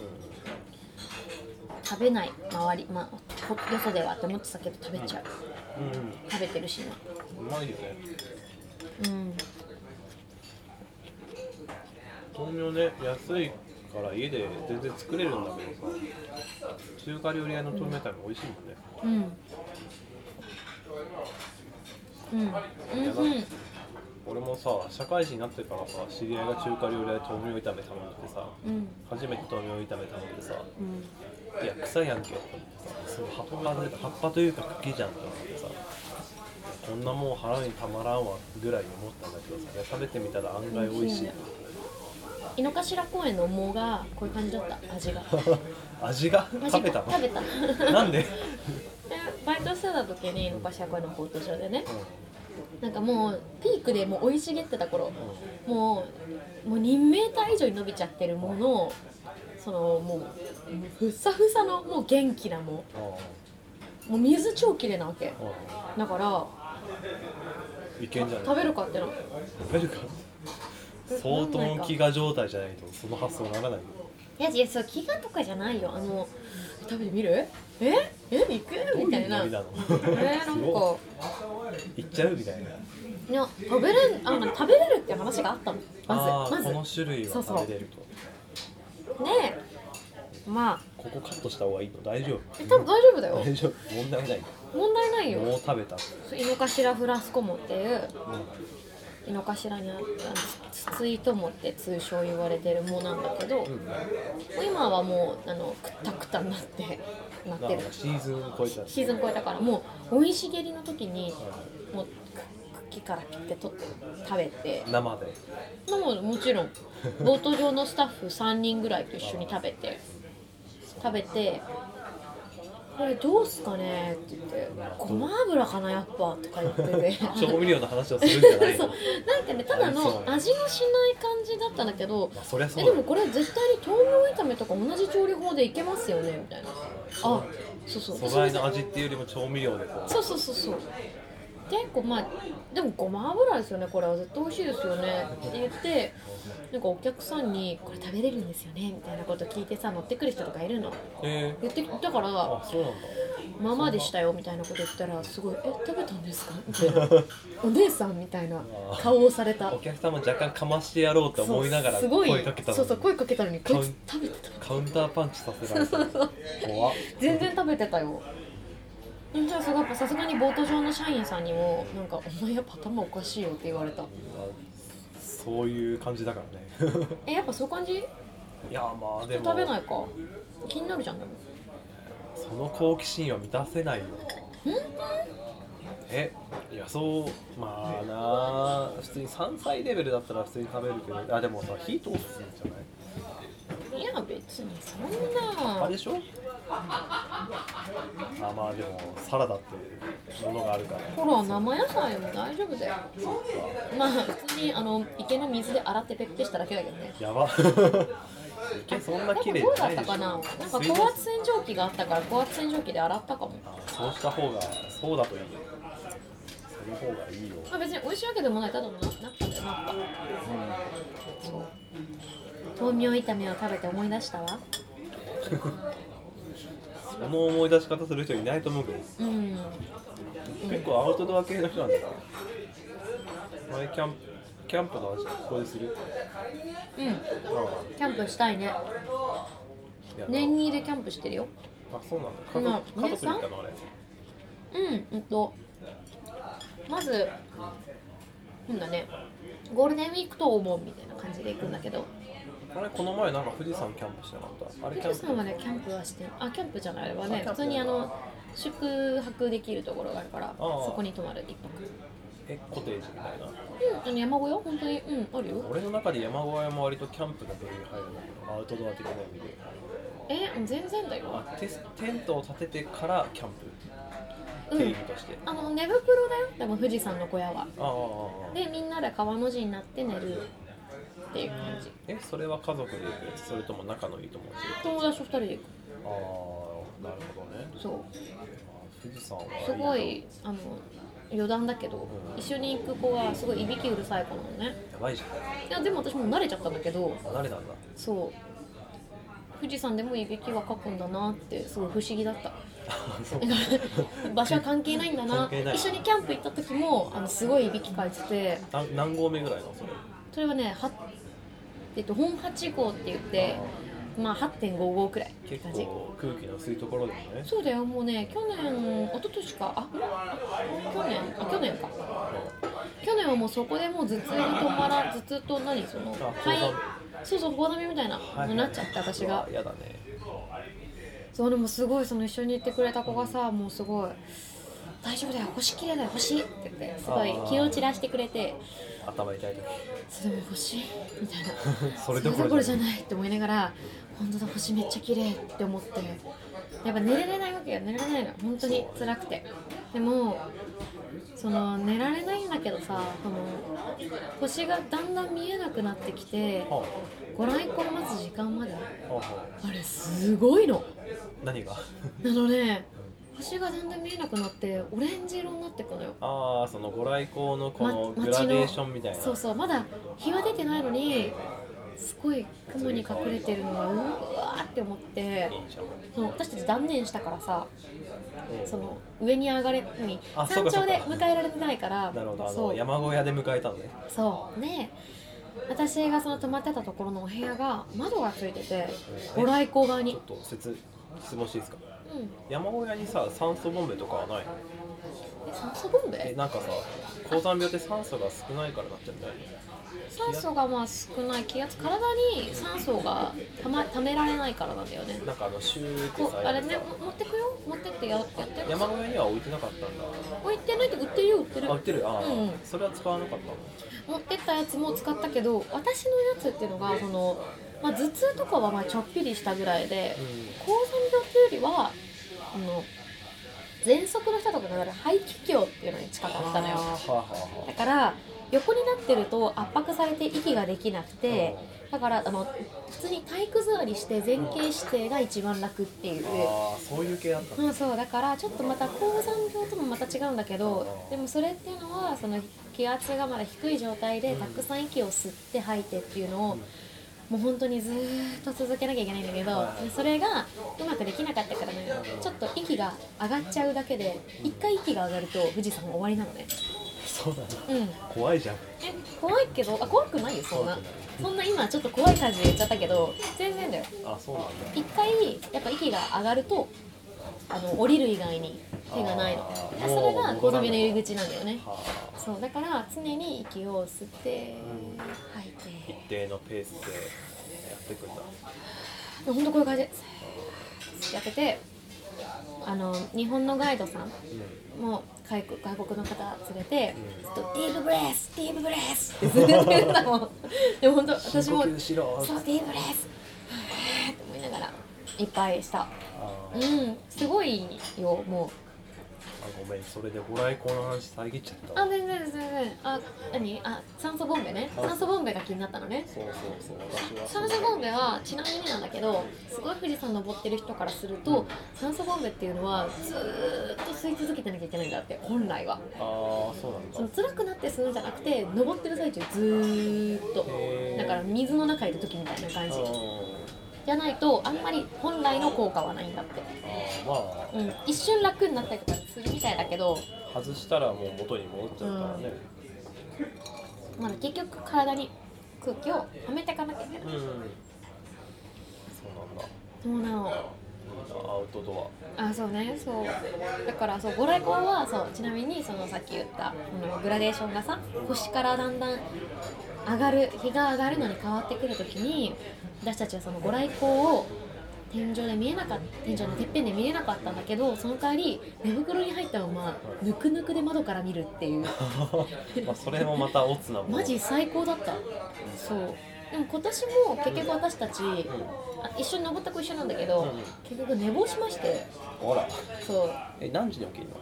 Speaker 1: 食べない周りまあほよそではって思ってたけど食べちゃう
Speaker 2: うんうん
Speaker 1: 食べてるしな
Speaker 2: うまいよね
Speaker 1: うん
Speaker 2: 豆苗ね安いから家で全然作れるんだけどさ中華料理屋の豆苗炒め美味しいもん
Speaker 1: う
Speaker 2: ね、
Speaker 1: んうんうんうん
Speaker 2: 俺もさ社会人になってからさ知り合いが中華料理屋で豆苗炒め頼んでてさ、
Speaker 1: ん
Speaker 2: 初めて豆苗炒め頼んでさ、いや臭いやんけと思ってさその葉っぱが葉っぱというか茎じゃんと思ってさこんなもん腹にたまらんわぐらいに思ったんだけどさ、ね、食べてみたら案外美味しい、
Speaker 1: 井 の頭公園の藻がこういう感じだった味が
Speaker 2: 味が食べたの
Speaker 1: 食べた
Speaker 2: なんで、
Speaker 1: でバイトしてた時に井の頭公園のコートショーでねなんかもうピークでもう生い茂ってた頃もうもう2メーター以上に伸びちゃってるものをそのもうふっさふさのもう元気なも
Speaker 2: うんうん
Speaker 1: うもう水超きれいなわけ
Speaker 2: う
Speaker 1: だから
Speaker 2: んいけんじゃない
Speaker 1: 食べるかってな
Speaker 2: 食べるか相当の飢餓状態じゃないとその発想ならないよ
Speaker 1: いやいやそう飢餓とかじゃないよあの食べてみるええ行くみたいな
Speaker 2: どううノリな
Speaker 1: えー、
Speaker 2: の
Speaker 1: なんか
Speaker 2: いっちゃうみたいない
Speaker 1: や食べれんあの食べれるって話があったの
Speaker 2: あ
Speaker 1: ま
Speaker 2: ー
Speaker 1: ずまず
Speaker 2: この種類は食べれると
Speaker 1: ねえまあ
Speaker 2: ここカットした方がいいの大丈
Speaker 1: え
Speaker 2: 夫
Speaker 1: 多分大丈夫だよ
Speaker 2: 大丈夫問題ない
Speaker 1: 問題ないよ
Speaker 2: もう食べた
Speaker 1: 井の頭フラスコモっていう
Speaker 2: うん
Speaker 1: 井の頭にあった筒井ともって通称言われてるもなんだけど、今はもうあのくったくたになってなってる
Speaker 2: なんかシーズンを超えた
Speaker 1: シーズン超えたからもう生い茂りの時にもうく茎から切って取って食べて
Speaker 2: 生で
Speaker 1: でももちろんボート上のスタッフ3人ぐらいと一緒に食べて食べて「これどうすかね?」って言って「ごま油かなやっぱ」とか言ってて
Speaker 2: 調味料の話をするんじゃない
Speaker 1: そ
Speaker 2: の
Speaker 1: うなんかねただの味のしない感じだったんだけど
Speaker 2: まあそりゃ
Speaker 1: え
Speaker 2: そう
Speaker 1: で
Speaker 2: だ
Speaker 1: もこれ絶対に豆苗炒めとか同じ調理法でいけますよねみたいなあそうそう
Speaker 2: 素材の味っていうよりも調味料でこ
Speaker 1: そうそうそうそう結構まあでもごま油ですよねこれは絶対美味しいですよねって言ってなんかお客さんに「これ食べれるんですよね」みたいなこと聞いてさ乗ってくる人とかいるの
Speaker 2: うえ
Speaker 1: 言ってきたから
Speaker 2: ー、あそうなんだ
Speaker 1: まあまあでしたよみたいなこと言ったらすごい「え食べたんですか?」みたい な「お姉さん」みたいな顔をされた
Speaker 2: お客様若干かましてやろうと思いながら
Speaker 1: そうすごい
Speaker 2: 声かけたの
Speaker 1: そう
Speaker 2: に
Speaker 1: そう声かけたのにこいつ食べてた
Speaker 2: カウンターパンチさせられた怖っ
Speaker 1: 全然食べてたようんじゃあすごいやっぱさすがにボート上の社員さんにもなんか「お前やっぱ頭おかしいよ」って言われた
Speaker 2: そういう感じだから ね
Speaker 1: えやっぱそういう感じ
Speaker 2: いやまあでも
Speaker 1: 食べないか気になるじゃんでも
Speaker 2: その好奇心は満たせないよえいやそうまあなあ普通に山菜レベルだったら普通に食べるけどあでもさ火通すんじゃない
Speaker 1: いや別にそん
Speaker 2: あ
Speaker 1: な
Speaker 2: れでしょあまあでもサラダってものがあるから
Speaker 1: ほら生野菜も大丈夫だよまあ普通にあの池の水で洗ってペッペしただけだけどね
Speaker 2: やばいけそんな
Speaker 1: なんか
Speaker 2: 綺麗じ
Speaker 1: どう
Speaker 2: ゃ
Speaker 1: だっ
Speaker 2: ない
Speaker 1: た
Speaker 2: でしょ
Speaker 1: かななんか
Speaker 2: 水道
Speaker 1: 高圧洗浄機があったから高圧洗浄機で洗ったかも
Speaker 2: あそうした方がそうだといいよその方がいいよ
Speaker 1: まあ別に美味しいわけでもないただのななったんだよなったそう豆苗炒めを食べて思い出したわ
Speaker 2: その思い出し方する人いないと思うけど
Speaker 1: うん
Speaker 2: 結構アウトドア系の人なんだよな前キャンプキャンプの話ここでする
Speaker 1: うん
Speaker 2: ああ
Speaker 1: キャンプしたいね
Speaker 2: いや
Speaker 1: 年2でキャンプしてるよ
Speaker 2: あそうなんだ
Speaker 1: うん
Speaker 2: 家族家族で行ったのあれ
Speaker 1: うんうんとまずなんだねゴールデンウィークとお盆みたいな感じで行くんだけど
Speaker 2: あれこの前なんか富士山キャンプしてなかったあれ
Speaker 1: 富
Speaker 2: キャ
Speaker 1: 士
Speaker 2: ンプ
Speaker 1: 山はねキャンプはしてあキャンプじゃないあれは
Speaker 2: あ
Speaker 1: ね
Speaker 2: キャ
Speaker 1: 普
Speaker 2: ンプ
Speaker 1: 通にあの宿泊できるところがあるから
Speaker 2: ああ
Speaker 1: そこに泊まる一泊
Speaker 2: えコテージみたいな
Speaker 1: うんあの山小屋本当にうんあるよ
Speaker 2: 俺の中で山小屋も割とキャンプが部類に入るんだけどアウトドア的な意味で
Speaker 1: え全然だよ
Speaker 2: あテステントを立ててからキャンプ
Speaker 1: う
Speaker 2: 定
Speaker 1: ん
Speaker 2: 義として、
Speaker 1: あの寝袋だよでも富士山の小屋は
Speaker 2: ああああああ
Speaker 1: でみんなで川の字になって寝るっていう感じ
Speaker 2: えそれは家族で行くそれとも仲のいい友達で行く
Speaker 1: 友達と2人で行
Speaker 2: ああなるほどね
Speaker 1: くそう
Speaker 2: 富士山は
Speaker 1: すごいあの余談だけど
Speaker 2: うん
Speaker 1: 一緒に行く子はすごいいびきうるさい子なのね
Speaker 2: やばいじゃ
Speaker 1: いやでも私もう慣れちゃったんだけど
Speaker 2: ん離れたんだ
Speaker 1: そう富士山でもいびきはかくんだなってすごい不思議だった
Speaker 2: そう
Speaker 1: 場所は関係ないんだな
Speaker 2: 関係ない
Speaker 1: 一緒にキャンプ行った時もあのすごいいびきかいてて
Speaker 2: な 何合目ぐらいのそれ
Speaker 1: それはねは、えっと、本8号って言ってまあ8.55くらいって
Speaker 2: 結
Speaker 1: 感じ
Speaker 2: 構空気の薄いところでもね
Speaker 1: そうだよもうね去年一昨年かああ去年あ去年か去年はもうそこでもう頭痛に止まらずずっと何その
Speaker 2: あ
Speaker 1: 肺
Speaker 2: 高山
Speaker 1: そうそう高波みたいな
Speaker 2: は
Speaker 1: の
Speaker 2: い
Speaker 1: になっちゃって私
Speaker 2: う
Speaker 1: が
Speaker 2: わやだね
Speaker 1: そうでもすごいその一緒に行ってくれた子がさもうすごい「大丈夫だよ星綺麗だよ星」って言ってすごい気を散らしてくれて
Speaker 2: 頭痛い時
Speaker 1: 「それも星」みたいな
Speaker 2: それどころじゃない
Speaker 1: じゃないって思いながら「本当だ星めっちゃ綺麗って思ってやっぱ寝れれないわけよ寝られないの本当に辛くてでもその寝られないんだけどさその星がだんだん見えなくなってきて
Speaker 2: は
Speaker 1: ご来光待つ時間まで
Speaker 2: あはあはあ
Speaker 1: あれすごいの
Speaker 2: 何が
Speaker 1: あのね星がだんだん見えなくなってオレンジ色になってくのよ
Speaker 2: ああそのご来光のこ
Speaker 1: ま
Speaker 2: の
Speaker 1: 街
Speaker 2: グラデーションみたいな、
Speaker 1: そうそうまだ日は出てないのにすごい雲に隠れてるのがうわーって思って
Speaker 2: いいじゃん
Speaker 1: そう私たち断念したからさ
Speaker 2: うん
Speaker 1: その上に上がれに
Speaker 2: あ
Speaker 1: 山
Speaker 2: そうか
Speaker 1: 頂で
Speaker 2: そう
Speaker 1: 迎
Speaker 2: か
Speaker 1: えられてないから
Speaker 2: なるほどあ
Speaker 1: そ
Speaker 2: の
Speaker 1: う
Speaker 2: 山小屋で迎えたのね
Speaker 1: そうね私がその泊まってたところのお部屋が窓がついてて
Speaker 2: うん
Speaker 1: ご来光側
Speaker 2: ち
Speaker 1: に
Speaker 2: ょっと説質問していいですか
Speaker 1: うん
Speaker 2: 山小屋にさ酸素ボンベとかはない
Speaker 1: え酸素ボン
Speaker 2: え
Speaker 1: ベ
Speaker 2: なんかさ高山病って酸素が少ないからなっちゃうんだよね
Speaker 1: 酸素がまあ少ない気圧体に酸素がた,、ま、ためられないからなんだよね
Speaker 2: なんかあのシューって
Speaker 1: こ
Speaker 2: さ
Speaker 1: うあれ
Speaker 2: やる
Speaker 1: ね
Speaker 2: さ
Speaker 1: も持ってくよ持ってってややって
Speaker 2: 山小屋には置いてなかったん
Speaker 1: 置いてないって売ってるよ売ってる
Speaker 2: だあ売ってるああ、
Speaker 1: うんうん
Speaker 2: それは使わなかったの
Speaker 1: 持ってったやつも使ったけど私のやつっていうのがその、まあ、頭痛とかはまあちょっぴりしたぐらいで高山病っていうよりはあの喘息の人とかがなる肺気胸っていうのに近かったのよ
Speaker 2: はあはあは
Speaker 1: だから横になってると圧迫されて息ができなく
Speaker 2: あ
Speaker 1: てだからあの普通に体育座りして前傾姿勢が一番楽っていう
Speaker 2: ああそういう系だったの
Speaker 1: うん、そうだからちょっとまた高山病ともまた違うんだけど
Speaker 2: あー
Speaker 1: でもそれっていうのはその気圧がまだ低い状態で
Speaker 2: うん
Speaker 1: たくさん息を吸って吐いてっていうのを、
Speaker 2: うん
Speaker 1: もう本当にずーっと続けなきゃいけないんだけど、
Speaker 2: はい
Speaker 1: それがうまくできなかったからねちょっと息が上がっちゃうだけで一回息が上がると富士山は終わりなのね
Speaker 2: そうだな
Speaker 1: うん
Speaker 2: 怖いじゃん
Speaker 1: え怖いけどあ怖くないよそんな
Speaker 2: 怖くない
Speaker 1: そんな今ちょっと怖い感じで言っちゃったけど全然だよ
Speaker 2: あそうなんだ
Speaker 1: 一回やっぱ息が上がるとあの降りる以外に手がないの
Speaker 2: あー
Speaker 1: それが
Speaker 2: もう
Speaker 1: 5度目の入り口なんだよね
Speaker 2: はあ
Speaker 1: そうだから常に息を吸って吐い
Speaker 2: 一
Speaker 1: て
Speaker 2: 定のペースでやっていくんだ
Speaker 1: ほんとこういう感じでやっててあの日本のガイドさんもう外国外国の方連れてずっと「ディーブブレスディーブブレス」ってずっと言ってたもんでも本当私も
Speaker 2: 深呼吸しろ
Speaker 1: そうディーブレスって思いながらいっぱいした
Speaker 2: あ
Speaker 1: う
Speaker 2: ー
Speaker 1: んすごいよも
Speaker 2: あごめんそれでご来光の話遮っちゃっ
Speaker 1: うあ
Speaker 2: た
Speaker 1: 全然全然あ何あ酸素ボンベね酸素ボンベが気になったのね
Speaker 2: そうそうそう私は
Speaker 1: 酸素ボンベはちなみになんだけどすごい富士山登ってる人からすると酸素ボンベっていうのはずーっと吸い続けてなきゃいけないんだって本来は
Speaker 2: ああそうなんだ
Speaker 1: その辛くなって吸うんじゃなくて登ってる最中ずーっと
Speaker 2: へー
Speaker 1: だから水の中いる時みたいな感
Speaker 2: あ
Speaker 1: じ
Speaker 2: ー
Speaker 1: じゃないとあんまり本来の効果はないんだって、
Speaker 2: あーまあ
Speaker 1: うん、一瞬楽になったりとかするみたいだけど
Speaker 2: 外したらもう元に戻っちゃうからね
Speaker 1: まだ結局体に空気をはめていかなきゃいけない
Speaker 2: うん、そうなんだ
Speaker 1: そうなの
Speaker 2: アウトド
Speaker 1: あそうねそうだからそうご来光はそうちなみにそのさっき言ったこのグラデーションがさ星からだんだん上がる日が上がるのに変わってくるときに私たちはそのご来光を天井で見えなかった天井のてっぺんで見れなかったんだけどその代わり寝袋に入ったままぬくぬくで窓から見るっていう
Speaker 2: ア まあそれもまたオツなもの
Speaker 1: マジ最高だったそうでも今年も結局私たちあ一緒に登った子一緒なんだけ
Speaker 2: うん
Speaker 1: ど
Speaker 2: うん
Speaker 1: 結局寝坊しまして
Speaker 2: ほら
Speaker 1: そう
Speaker 2: え何時に起きるの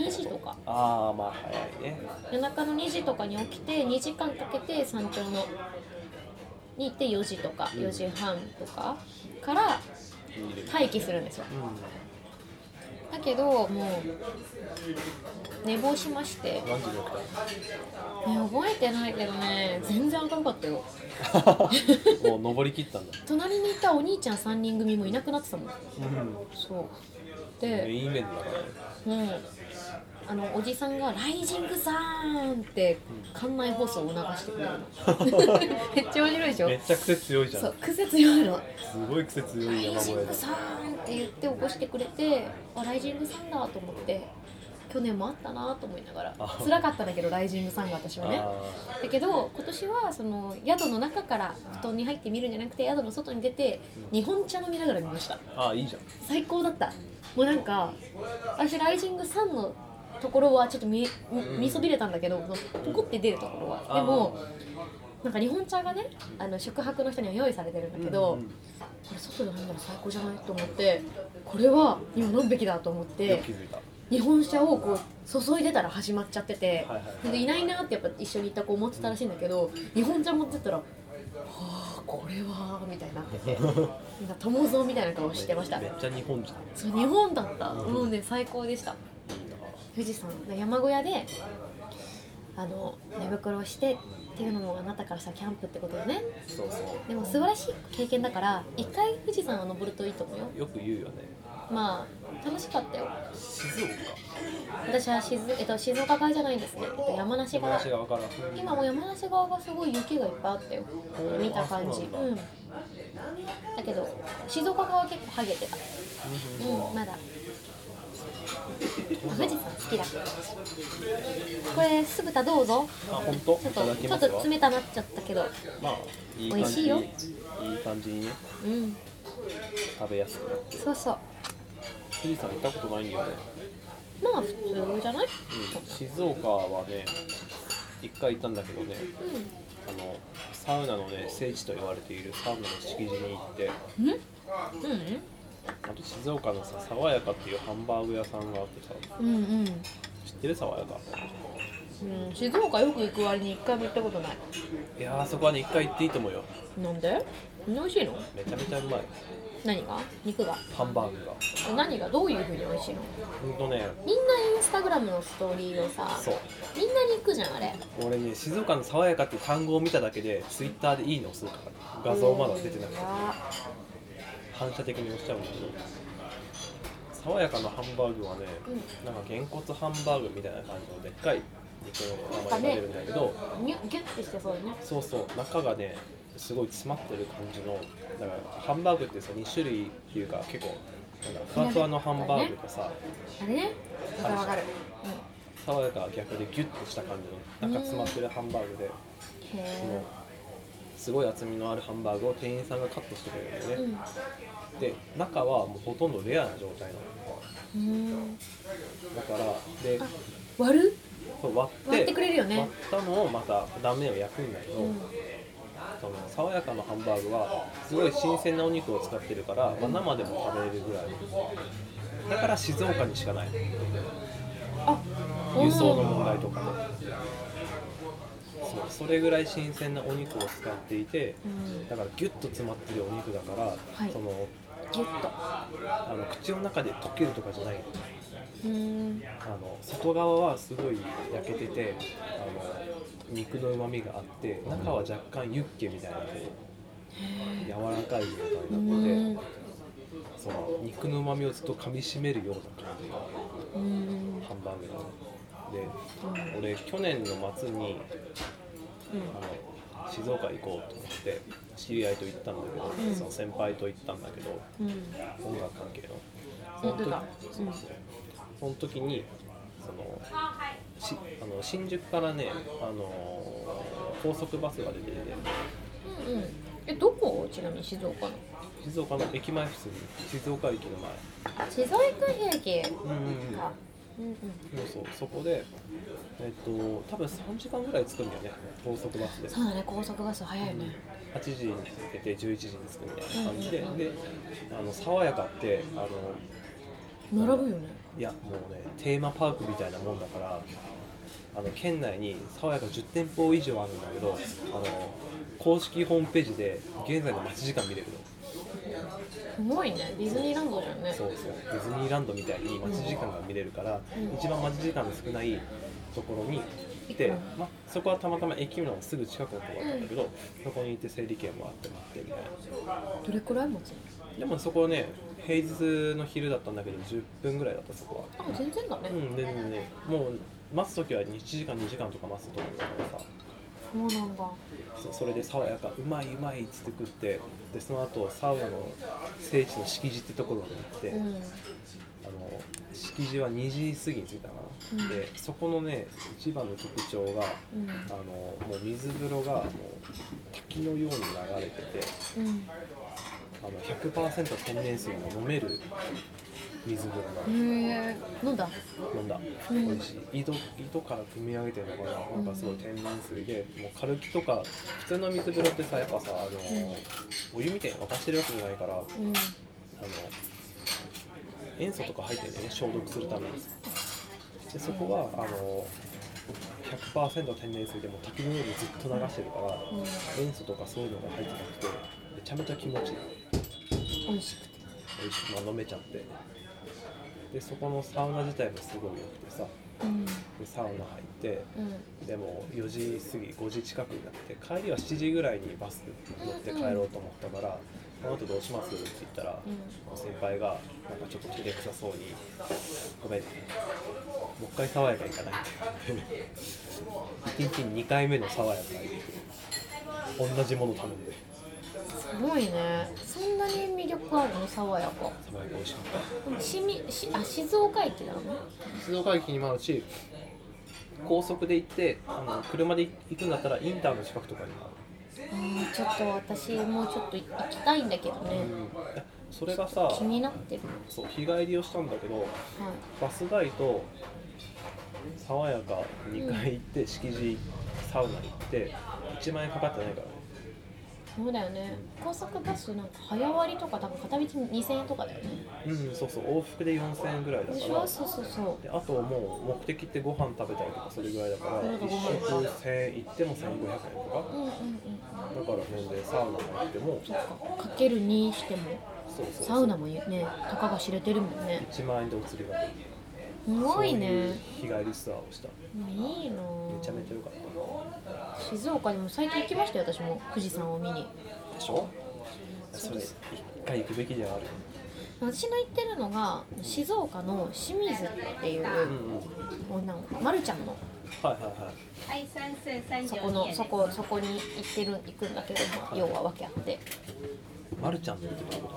Speaker 1: 2時とか
Speaker 2: ああまあ早いね
Speaker 1: 夜中の2時とかに起きて2時間かけて山頂のに行って4時とか4時半とかから待機するんですよ
Speaker 2: うん
Speaker 1: だけどもう寝坊しまして、ね、
Speaker 2: 何時に起
Speaker 1: 覚えてないけどね全然明るかったよ
Speaker 2: き たのもう登り切ったんだ、
Speaker 1: 隣にいたお兄ちゃん3人組もいなくなってたもん
Speaker 2: うん、
Speaker 1: そう
Speaker 2: メ
Speaker 1: で
Speaker 2: インイベントだからね
Speaker 1: もうあのおじさんが「ライジングさーん!」って館内放送を促してくれる のめっちゃ面白いでしょ
Speaker 2: めっちゃ癖強いじゃん
Speaker 1: そ
Speaker 2: す
Speaker 1: う癖強いの
Speaker 2: ごい癖強
Speaker 1: ラ
Speaker 2: い
Speaker 1: イ
Speaker 2: 山
Speaker 1: ジン
Speaker 2: 小屋
Speaker 1: グ
Speaker 2: だ
Speaker 1: さんって言って起こしてくれてあライジングさんだと思って去年もあったなと思いながら
Speaker 2: あ
Speaker 1: 辛かったんだけどライジングさんが私はね
Speaker 2: あ
Speaker 1: だけど今年はその宿の中から布団に入って見るんじゃなくて宿の外に出て日本茶飲みながら見ました
Speaker 2: ーあーいいじゃん
Speaker 1: 最高だったもうなんか私ライジングさんのところはちょっと見見見そびれたんだけどポコって出るところはでもなんか日本茶がねあの宿泊の人には用意されてるんだけど、
Speaker 2: うんうん
Speaker 1: これ外で飲んだら最高じゃないと思ってこれは今飲むべきだと思っ
Speaker 2: よ
Speaker 1: て
Speaker 2: く気づいた
Speaker 1: 日本茶をこう注いでたら始まっちゃってて、
Speaker 2: はいはいはい
Speaker 1: でいないなってやっぱ一緒に行った子思ってたらしいんだけど日本茶持ってったら「はあこれは」みたいになっててなんか友蔵みたいな顔してました
Speaker 2: めっちゃ日本じゃん
Speaker 1: そう日本だったもうね最高でした
Speaker 2: いいな
Speaker 1: 富士山山小屋であの寝袋をしてっていうのもあなたからしたらキャンプってことよね
Speaker 2: そうそ
Speaker 1: でも素晴らしい経験だから一回富士山を登るといいと思うよ
Speaker 2: うよく言うよね
Speaker 1: まあ楽しかったよ
Speaker 2: 静岡
Speaker 1: 私は静,、えっと、静岡側じゃないんですね、えっと、山梨
Speaker 2: 山
Speaker 1: 側
Speaker 2: 梨がわからん
Speaker 1: 今も山梨側がすごい雪がいっぱいあったよ
Speaker 2: ー
Speaker 1: 見た感じ
Speaker 2: あ
Speaker 1: う
Speaker 2: そ
Speaker 1: ん
Speaker 2: うなん
Speaker 1: だけど静岡側は結構ハゲてたうんまだあ富士山好きだこれ酢豚どうぞ
Speaker 2: あ本当
Speaker 1: ちょ
Speaker 2: い
Speaker 1: った
Speaker 2: だ
Speaker 1: と
Speaker 2: き
Speaker 1: ちょ
Speaker 2: ま
Speaker 1: っ
Speaker 2: す
Speaker 1: と
Speaker 2: わ
Speaker 1: 冷たなっちゃったけど
Speaker 2: まあいい
Speaker 1: 美
Speaker 2: 感じ
Speaker 1: 味しいよ
Speaker 2: いい感じにね
Speaker 1: うん
Speaker 2: 食べやすくなって
Speaker 1: そうそう
Speaker 2: 富士山行ったことないんだよね、
Speaker 1: まあ普通じゃない
Speaker 2: うん、静岡はね一回行ったんだけどねあのサウナのね聖地と言われているサウナの敷地に行って
Speaker 1: うんうんうん
Speaker 2: あと静岡のさ爽やかっていうハンバーグ屋さんがあってさ
Speaker 1: うん
Speaker 2: 知ってる爽やか
Speaker 1: うん、うん、静岡よく行く割に一回も行ったことない
Speaker 2: いやーそこはね一回行っていいと思うよ
Speaker 1: なんで美味しいの
Speaker 2: めちゃめちゃうまい
Speaker 1: 何が肉が
Speaker 2: ハンバーグが
Speaker 1: 何がどういうふうに美味しいの
Speaker 2: ほんとね
Speaker 1: みんなインスタグラムのストーリーをさ
Speaker 2: そう
Speaker 1: みんなに行くじゃんあれ
Speaker 2: 俺ね静岡の爽やかって単語を見ただけでツイッターでいいね押すから画像まだ出てなくて
Speaker 1: うわ
Speaker 2: 反射的に押しちゃうんだけど爽やかのハンバーグはね、なんかげんこつハンバーグみたいな感じのでっかい肉の名前が出るんだけど、
Speaker 1: ギュッギュッてしてそうね
Speaker 2: そうそう中がねすごい詰まってる感じのだからハンバーグってさ2種類っていうか結構なんかふわふわのハンバーグとさ、
Speaker 1: あれねわかるわかる、
Speaker 2: 爽やかは逆でギュッとした感じのなんか詰まってるハンバーグで、
Speaker 1: うん、へ
Speaker 2: そのすごい厚みのあるハンバーグを店員さんがカットしてくれるんだよね、で中はもうほとんどレアな状態なの
Speaker 1: えうん
Speaker 2: だからで
Speaker 1: 割る
Speaker 2: これ割って
Speaker 1: 割ってくれるよね
Speaker 2: 割ったのをまた断面を焼くんだけど、その爽やかのハンバーグはすごい新鮮なお肉を使ってるから、まあ生でも食べれるぐらいだから静岡にしかない
Speaker 1: あ
Speaker 2: 輸送の問題とかねそうそれぐらい新鮮なお肉を使っていて、
Speaker 1: ん
Speaker 2: だからギュッと詰まってるお肉だから、
Speaker 1: い
Speaker 2: その
Speaker 1: ギュッと
Speaker 2: あの口の中で溶けるとかじゃない
Speaker 1: うん
Speaker 2: あの外側はすごい焼けててあの肉のうまみがあって中は若干ユッケみたいなこう柔らかい状態になっててその肉のうまみをずっと噛みしめるような感じが
Speaker 1: うん
Speaker 2: ハンバーグなので俺去年の末に、あの静岡行こうと思って知り合いと行ったんだけど、その先輩と行ったんだけど
Speaker 1: うん
Speaker 2: 音楽関係のそ
Speaker 1: や
Speaker 2: の
Speaker 1: って
Speaker 2: 時
Speaker 1: たうん
Speaker 2: その時にそのしあの新宿からねあの高速バスが出てて
Speaker 1: うんうんえどこちなみに静岡の
Speaker 2: 静岡の駅前普通に静岡駅の
Speaker 1: 静岡平家
Speaker 2: 前うんうんうん
Speaker 1: かうんうん
Speaker 2: そうそうそこでえっと多分3時間ぐらい着くんだよね高速バスで
Speaker 1: そうだね高速バス早いよね
Speaker 2: 8時に着けて11時に着くみたいな感じで、であの爽やかってあの
Speaker 1: 並ぶよね
Speaker 2: いやもうねテーマパークみたいなもんだからあの県内に爽やか10店舗以上あるんだけどあの公式ホームページで現在の待ち時間見れるの
Speaker 1: すごいねディズニーランドだよね
Speaker 2: そうそうディズニーランドみたいに待ち時間が見れるから、一番待ち時間の少ないところに行って、ま、そこはたまたま駅のすぐ近くのところだったんだけど、そこに行って整理券もらってもらってみたいな
Speaker 1: どれくらい持つの
Speaker 2: でもそこはね平日の昼だったんだけど10分ぐらいだったそこは
Speaker 1: あ全然だね
Speaker 2: うん全然ねもう待つ時は1時間2時間とか待つと思うんだからさ
Speaker 1: そうなんだ
Speaker 2: そそれで爽やかうまいうまいっつって食ってでその後サウナの聖地の敷地ってところまで行って、
Speaker 1: う
Speaker 2: あ
Speaker 1: ん
Speaker 2: の敷地は2時過ぎに着いたかな、でそこのね一番の特徴
Speaker 1: う
Speaker 2: が、
Speaker 1: ん
Speaker 2: あのもう水風呂がもう滝のように流れてて
Speaker 1: うん
Speaker 2: あの100%天然水が飲める水風呂が。
Speaker 1: へえ飲んだ
Speaker 2: 飲んだ、美味しい井戸井戸から汲み上げてるのかななんかすごい天然水でもう軽きとか普通の水風呂ってさやっぱさあの、お湯みたいに沸かしてるわけじゃないからあの
Speaker 1: うん
Speaker 2: 塩素とか入ってるんだよね消毒するためにでそこはあの100%天然水でもう滝のようにずっと流してるから、塩素とかそういうのが入ってなくてめちゃめちゃ気持ちいい
Speaker 1: 美味しくて
Speaker 2: 美味しくまあ飲めちゃってでそこのサウナ自体もすごい良くてさ
Speaker 1: うん
Speaker 2: でサウナ入って
Speaker 1: うん
Speaker 2: でも4時過ぎ5時近くになって帰りは7時ぐらいにバス乗って帰ろうと思ったから「この後どうします?」って言ったら、先輩がなんかちょっと照れくさそうに「ごめんもう一回爽やか行かない」って1日に2回目の爽やか行って同じもの頼んです
Speaker 1: ごいねそんなに魅力あるの爽やか
Speaker 2: 爽やか美味しかった。
Speaker 1: しみしあ静岡駅だろうね
Speaker 2: 静岡駅にもあるし高速で行ってあの車で行くんだったらインターの近くとかにもあ
Speaker 1: あーちょっと私もうちょっと行きたいんだけど
Speaker 2: る、
Speaker 1: ね
Speaker 2: それがさ
Speaker 1: 気になってる
Speaker 2: そう日帰りをしたんだけど
Speaker 1: は
Speaker 2: バス代と爽やか2回行って、敷地サウナ行って1万円かかってないからね
Speaker 1: いそうだよね高速バスなんか早割りとか多分片道2000円とかだよね
Speaker 2: うんそうそう往復で4000円ぐらいだ
Speaker 1: でし
Speaker 2: か
Speaker 1: ょ
Speaker 2: ら
Speaker 1: そうそうそう
Speaker 2: であともう目的ってご飯食べたりとかそれぐらいだから
Speaker 1: うん
Speaker 2: 1食1000円行っても1500円とか
Speaker 1: うんうんうん
Speaker 2: だから全然サウナ入ってもそう
Speaker 1: うんかける2しても
Speaker 2: そうそう
Speaker 1: サウナもねたかが知れてるもんね
Speaker 2: 1万円でお釣りが来る
Speaker 1: すごいね
Speaker 2: そういう日帰りツアーをした
Speaker 1: いいなぁ
Speaker 2: めちゃめちゃ良かった
Speaker 1: 静岡にも最近行きましたよ私も富士山を見に
Speaker 2: でしょそれ一回行くべきではある
Speaker 1: 私の行ってるのが静岡の清水っていう
Speaker 2: うんうんはい
Speaker 1: 女の子まるちゃんの
Speaker 2: はいはい
Speaker 3: 哎，三四三
Speaker 1: そ
Speaker 3: 九
Speaker 1: この
Speaker 3: 年
Speaker 1: そ。こそこに行ってる行くんだけど、まあ、要は訳あって
Speaker 2: まるちゃんってどこ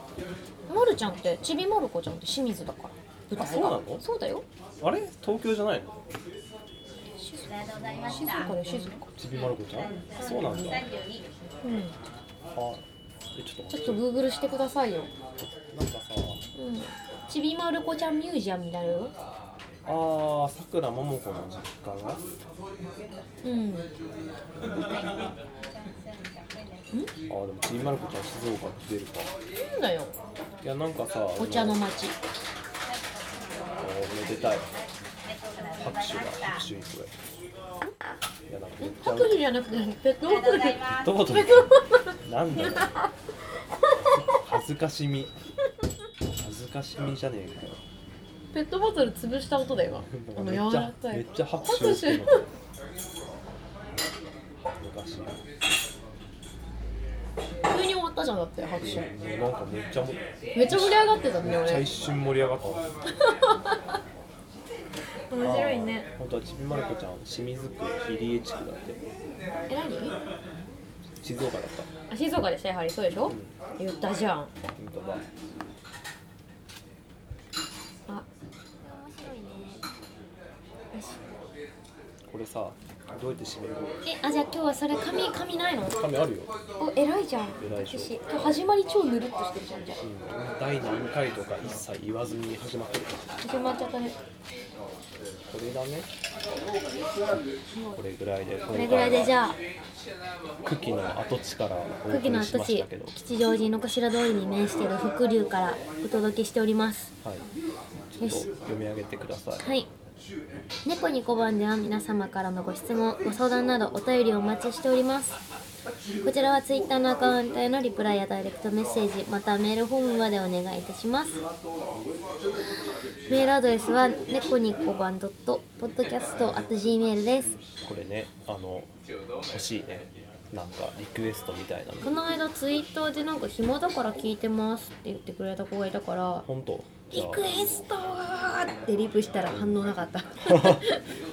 Speaker 2: だ
Speaker 1: まるちゃんってちびまる子ちゃんって清水だから舞台が
Speaker 2: あそうなの
Speaker 1: そうだよ
Speaker 2: あれ東京じゃないの
Speaker 3: 来到在ま
Speaker 1: 静
Speaker 3: した。
Speaker 1: 岡で静岡
Speaker 2: ちびまる子ちゃんそうなんだあ
Speaker 3: 三十二。
Speaker 1: うん
Speaker 2: えちょっと
Speaker 1: ちょっ
Speaker 2: 待っ
Speaker 1: と
Speaker 2: て
Speaker 1: グーグルしてくださいよ
Speaker 2: なんかさ
Speaker 1: うんちびまる子ちゃんミュージアムになるよ
Speaker 2: ああさくらももこの実家が
Speaker 1: うん
Speaker 2: あーでもちびまる子ちゃん静岡って出るか
Speaker 1: なんだよ
Speaker 2: いやなんかさ
Speaker 1: お茶の
Speaker 2: あ
Speaker 1: 町
Speaker 2: おめでたい拍手が拍手にこれいやなんかめっちゃ
Speaker 1: 白衣じゃなくてペットボトル
Speaker 2: どうぞなんだよ恥ずかしみ恥ずかしみじゃねえかよ
Speaker 1: ペットボトル潰した音だよあの
Speaker 2: めっ
Speaker 1: 柔
Speaker 2: ちゃ
Speaker 1: らか
Speaker 2: めっ
Speaker 1: い
Speaker 2: ちゃ拍手してる
Speaker 1: 拍
Speaker 2: 恥ずか
Speaker 1: 急に終わったじゃんだって拍手
Speaker 2: しいもうなんかめっちゃも
Speaker 1: めっちゃ盛り上がってたね
Speaker 2: めっちゃ一
Speaker 1: 俺
Speaker 2: 瞬盛り上がった
Speaker 1: 面白いね
Speaker 2: 本当はちびまる子ちゃん清水区入江地区だって
Speaker 1: え何
Speaker 2: 静岡だった
Speaker 1: あ静岡でしたやはりそうでしょ言ったじゃん
Speaker 2: 本当だ
Speaker 1: あ
Speaker 2: これさどうやって締める
Speaker 1: えあじゃあ今日はそれ紙紙ないの
Speaker 2: 紙あるよ、
Speaker 1: お偉いじゃん
Speaker 2: 偉いでし
Speaker 1: 私今日始まり超ぬるっとしてるじゃんじゃ
Speaker 2: うん、第何回とか一切言わずに始まってる
Speaker 1: あ始まっちゃったね
Speaker 2: これだねこれぐらいでこ
Speaker 1: これぐらいでじゃあ
Speaker 2: 久喜の跡地からお
Speaker 1: 久
Speaker 2: 送
Speaker 1: 喜の
Speaker 2: りし
Speaker 1: 跡
Speaker 2: まし
Speaker 1: 地
Speaker 2: たけど、
Speaker 1: 吉祥寺の頭通りに面している福流からお届けしております
Speaker 2: はい、ちょ
Speaker 1: よ
Speaker 2: っと
Speaker 1: し
Speaker 2: 読み上げてください
Speaker 1: はい。猫に小判では皆様からのご質問、ご相談などお便りをお待ちしております。こちらはツイッターのアカウントへのリプライやダイレクトメッセージ、またメールフォームまでお願いいたします。メールアドレスは猫に小判 .podcast.gmail です。
Speaker 2: これねあの欲しいねなんかリクエストみたいなの
Speaker 1: この間ツイッターでなんか暇だから聞いてますって言ってくれた子がいたから、
Speaker 2: 本当じゃ
Speaker 1: リ
Speaker 2: あ
Speaker 1: クエストーってリプしたら反応なか った。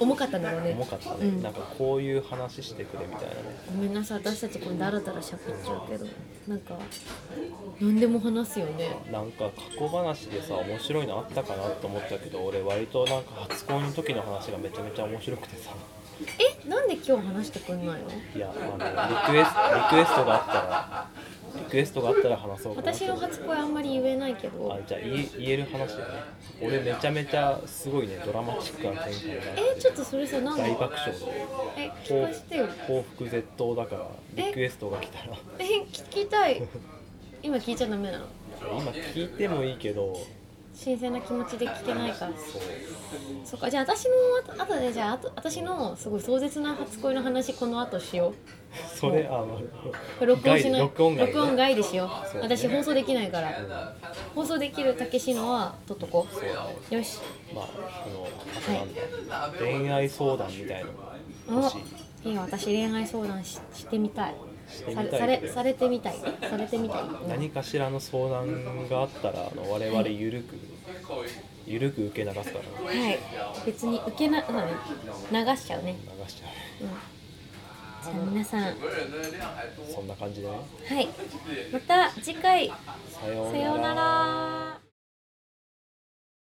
Speaker 1: 重かったんだろうね。
Speaker 2: 重かったね、なんかこういう話してくれみたいなね
Speaker 1: ごめんなさい私たちこれだらだらしゃべっちゃうけどなんか何でも話すよね
Speaker 2: なんか過去話でさ面白いのあったかなと思ったけど俺割となんか初恋の時の話がめちゃめちゃ面白くてさ
Speaker 1: えなんで今日話してくんないの
Speaker 2: いやあのリクエスリクエストがあったらリクエストがあったら話そうかな
Speaker 1: 私の初恋あんまり言えないけ
Speaker 2: あ
Speaker 1: ど
Speaker 2: じゃあ言え言える話だよね俺めちゃめちゃすごいねドラマチックな展開があって
Speaker 1: えちょっとそれさなん
Speaker 2: 大
Speaker 1: か
Speaker 2: 爆笑で
Speaker 1: え聞
Speaker 2: 幸
Speaker 1: かしてよ
Speaker 2: 幸福絶倒だからリクエストが来たら
Speaker 1: え聞きたい今聞いちゃダメなの
Speaker 2: 今聞いてもいいけど
Speaker 1: 新鮮な気持ちで聞けないから
Speaker 2: そう
Speaker 1: そっかじゃあ私のあと後でじゃああと私のすごい壮絶な初恋の話この後しよう
Speaker 2: それあの
Speaker 1: これ録音しない
Speaker 2: 外録音外
Speaker 1: 録音外でしよう
Speaker 2: そうね
Speaker 1: 私放送できないから放送できるたけしのはとっとこうよし
Speaker 2: まああのあとなんだ、恋愛相談みたいなの
Speaker 1: お
Speaker 2: 欲しい
Speaker 1: いいよ私恋愛相談ししてみたい
Speaker 2: してみ
Speaker 1: さ
Speaker 2: たい
Speaker 1: れ
Speaker 2: けど
Speaker 1: されされてみたいえされてみたいうん
Speaker 2: 何かしらの相談があったらあの我々ゆるくゆるく受け流すから
Speaker 1: はい別に受けな、うん、流しちゃうね
Speaker 2: 流しちゃ
Speaker 1: うんじゃあ皆さんはいう
Speaker 2: そんな感じでね
Speaker 1: また次回
Speaker 2: さよう
Speaker 1: さようなら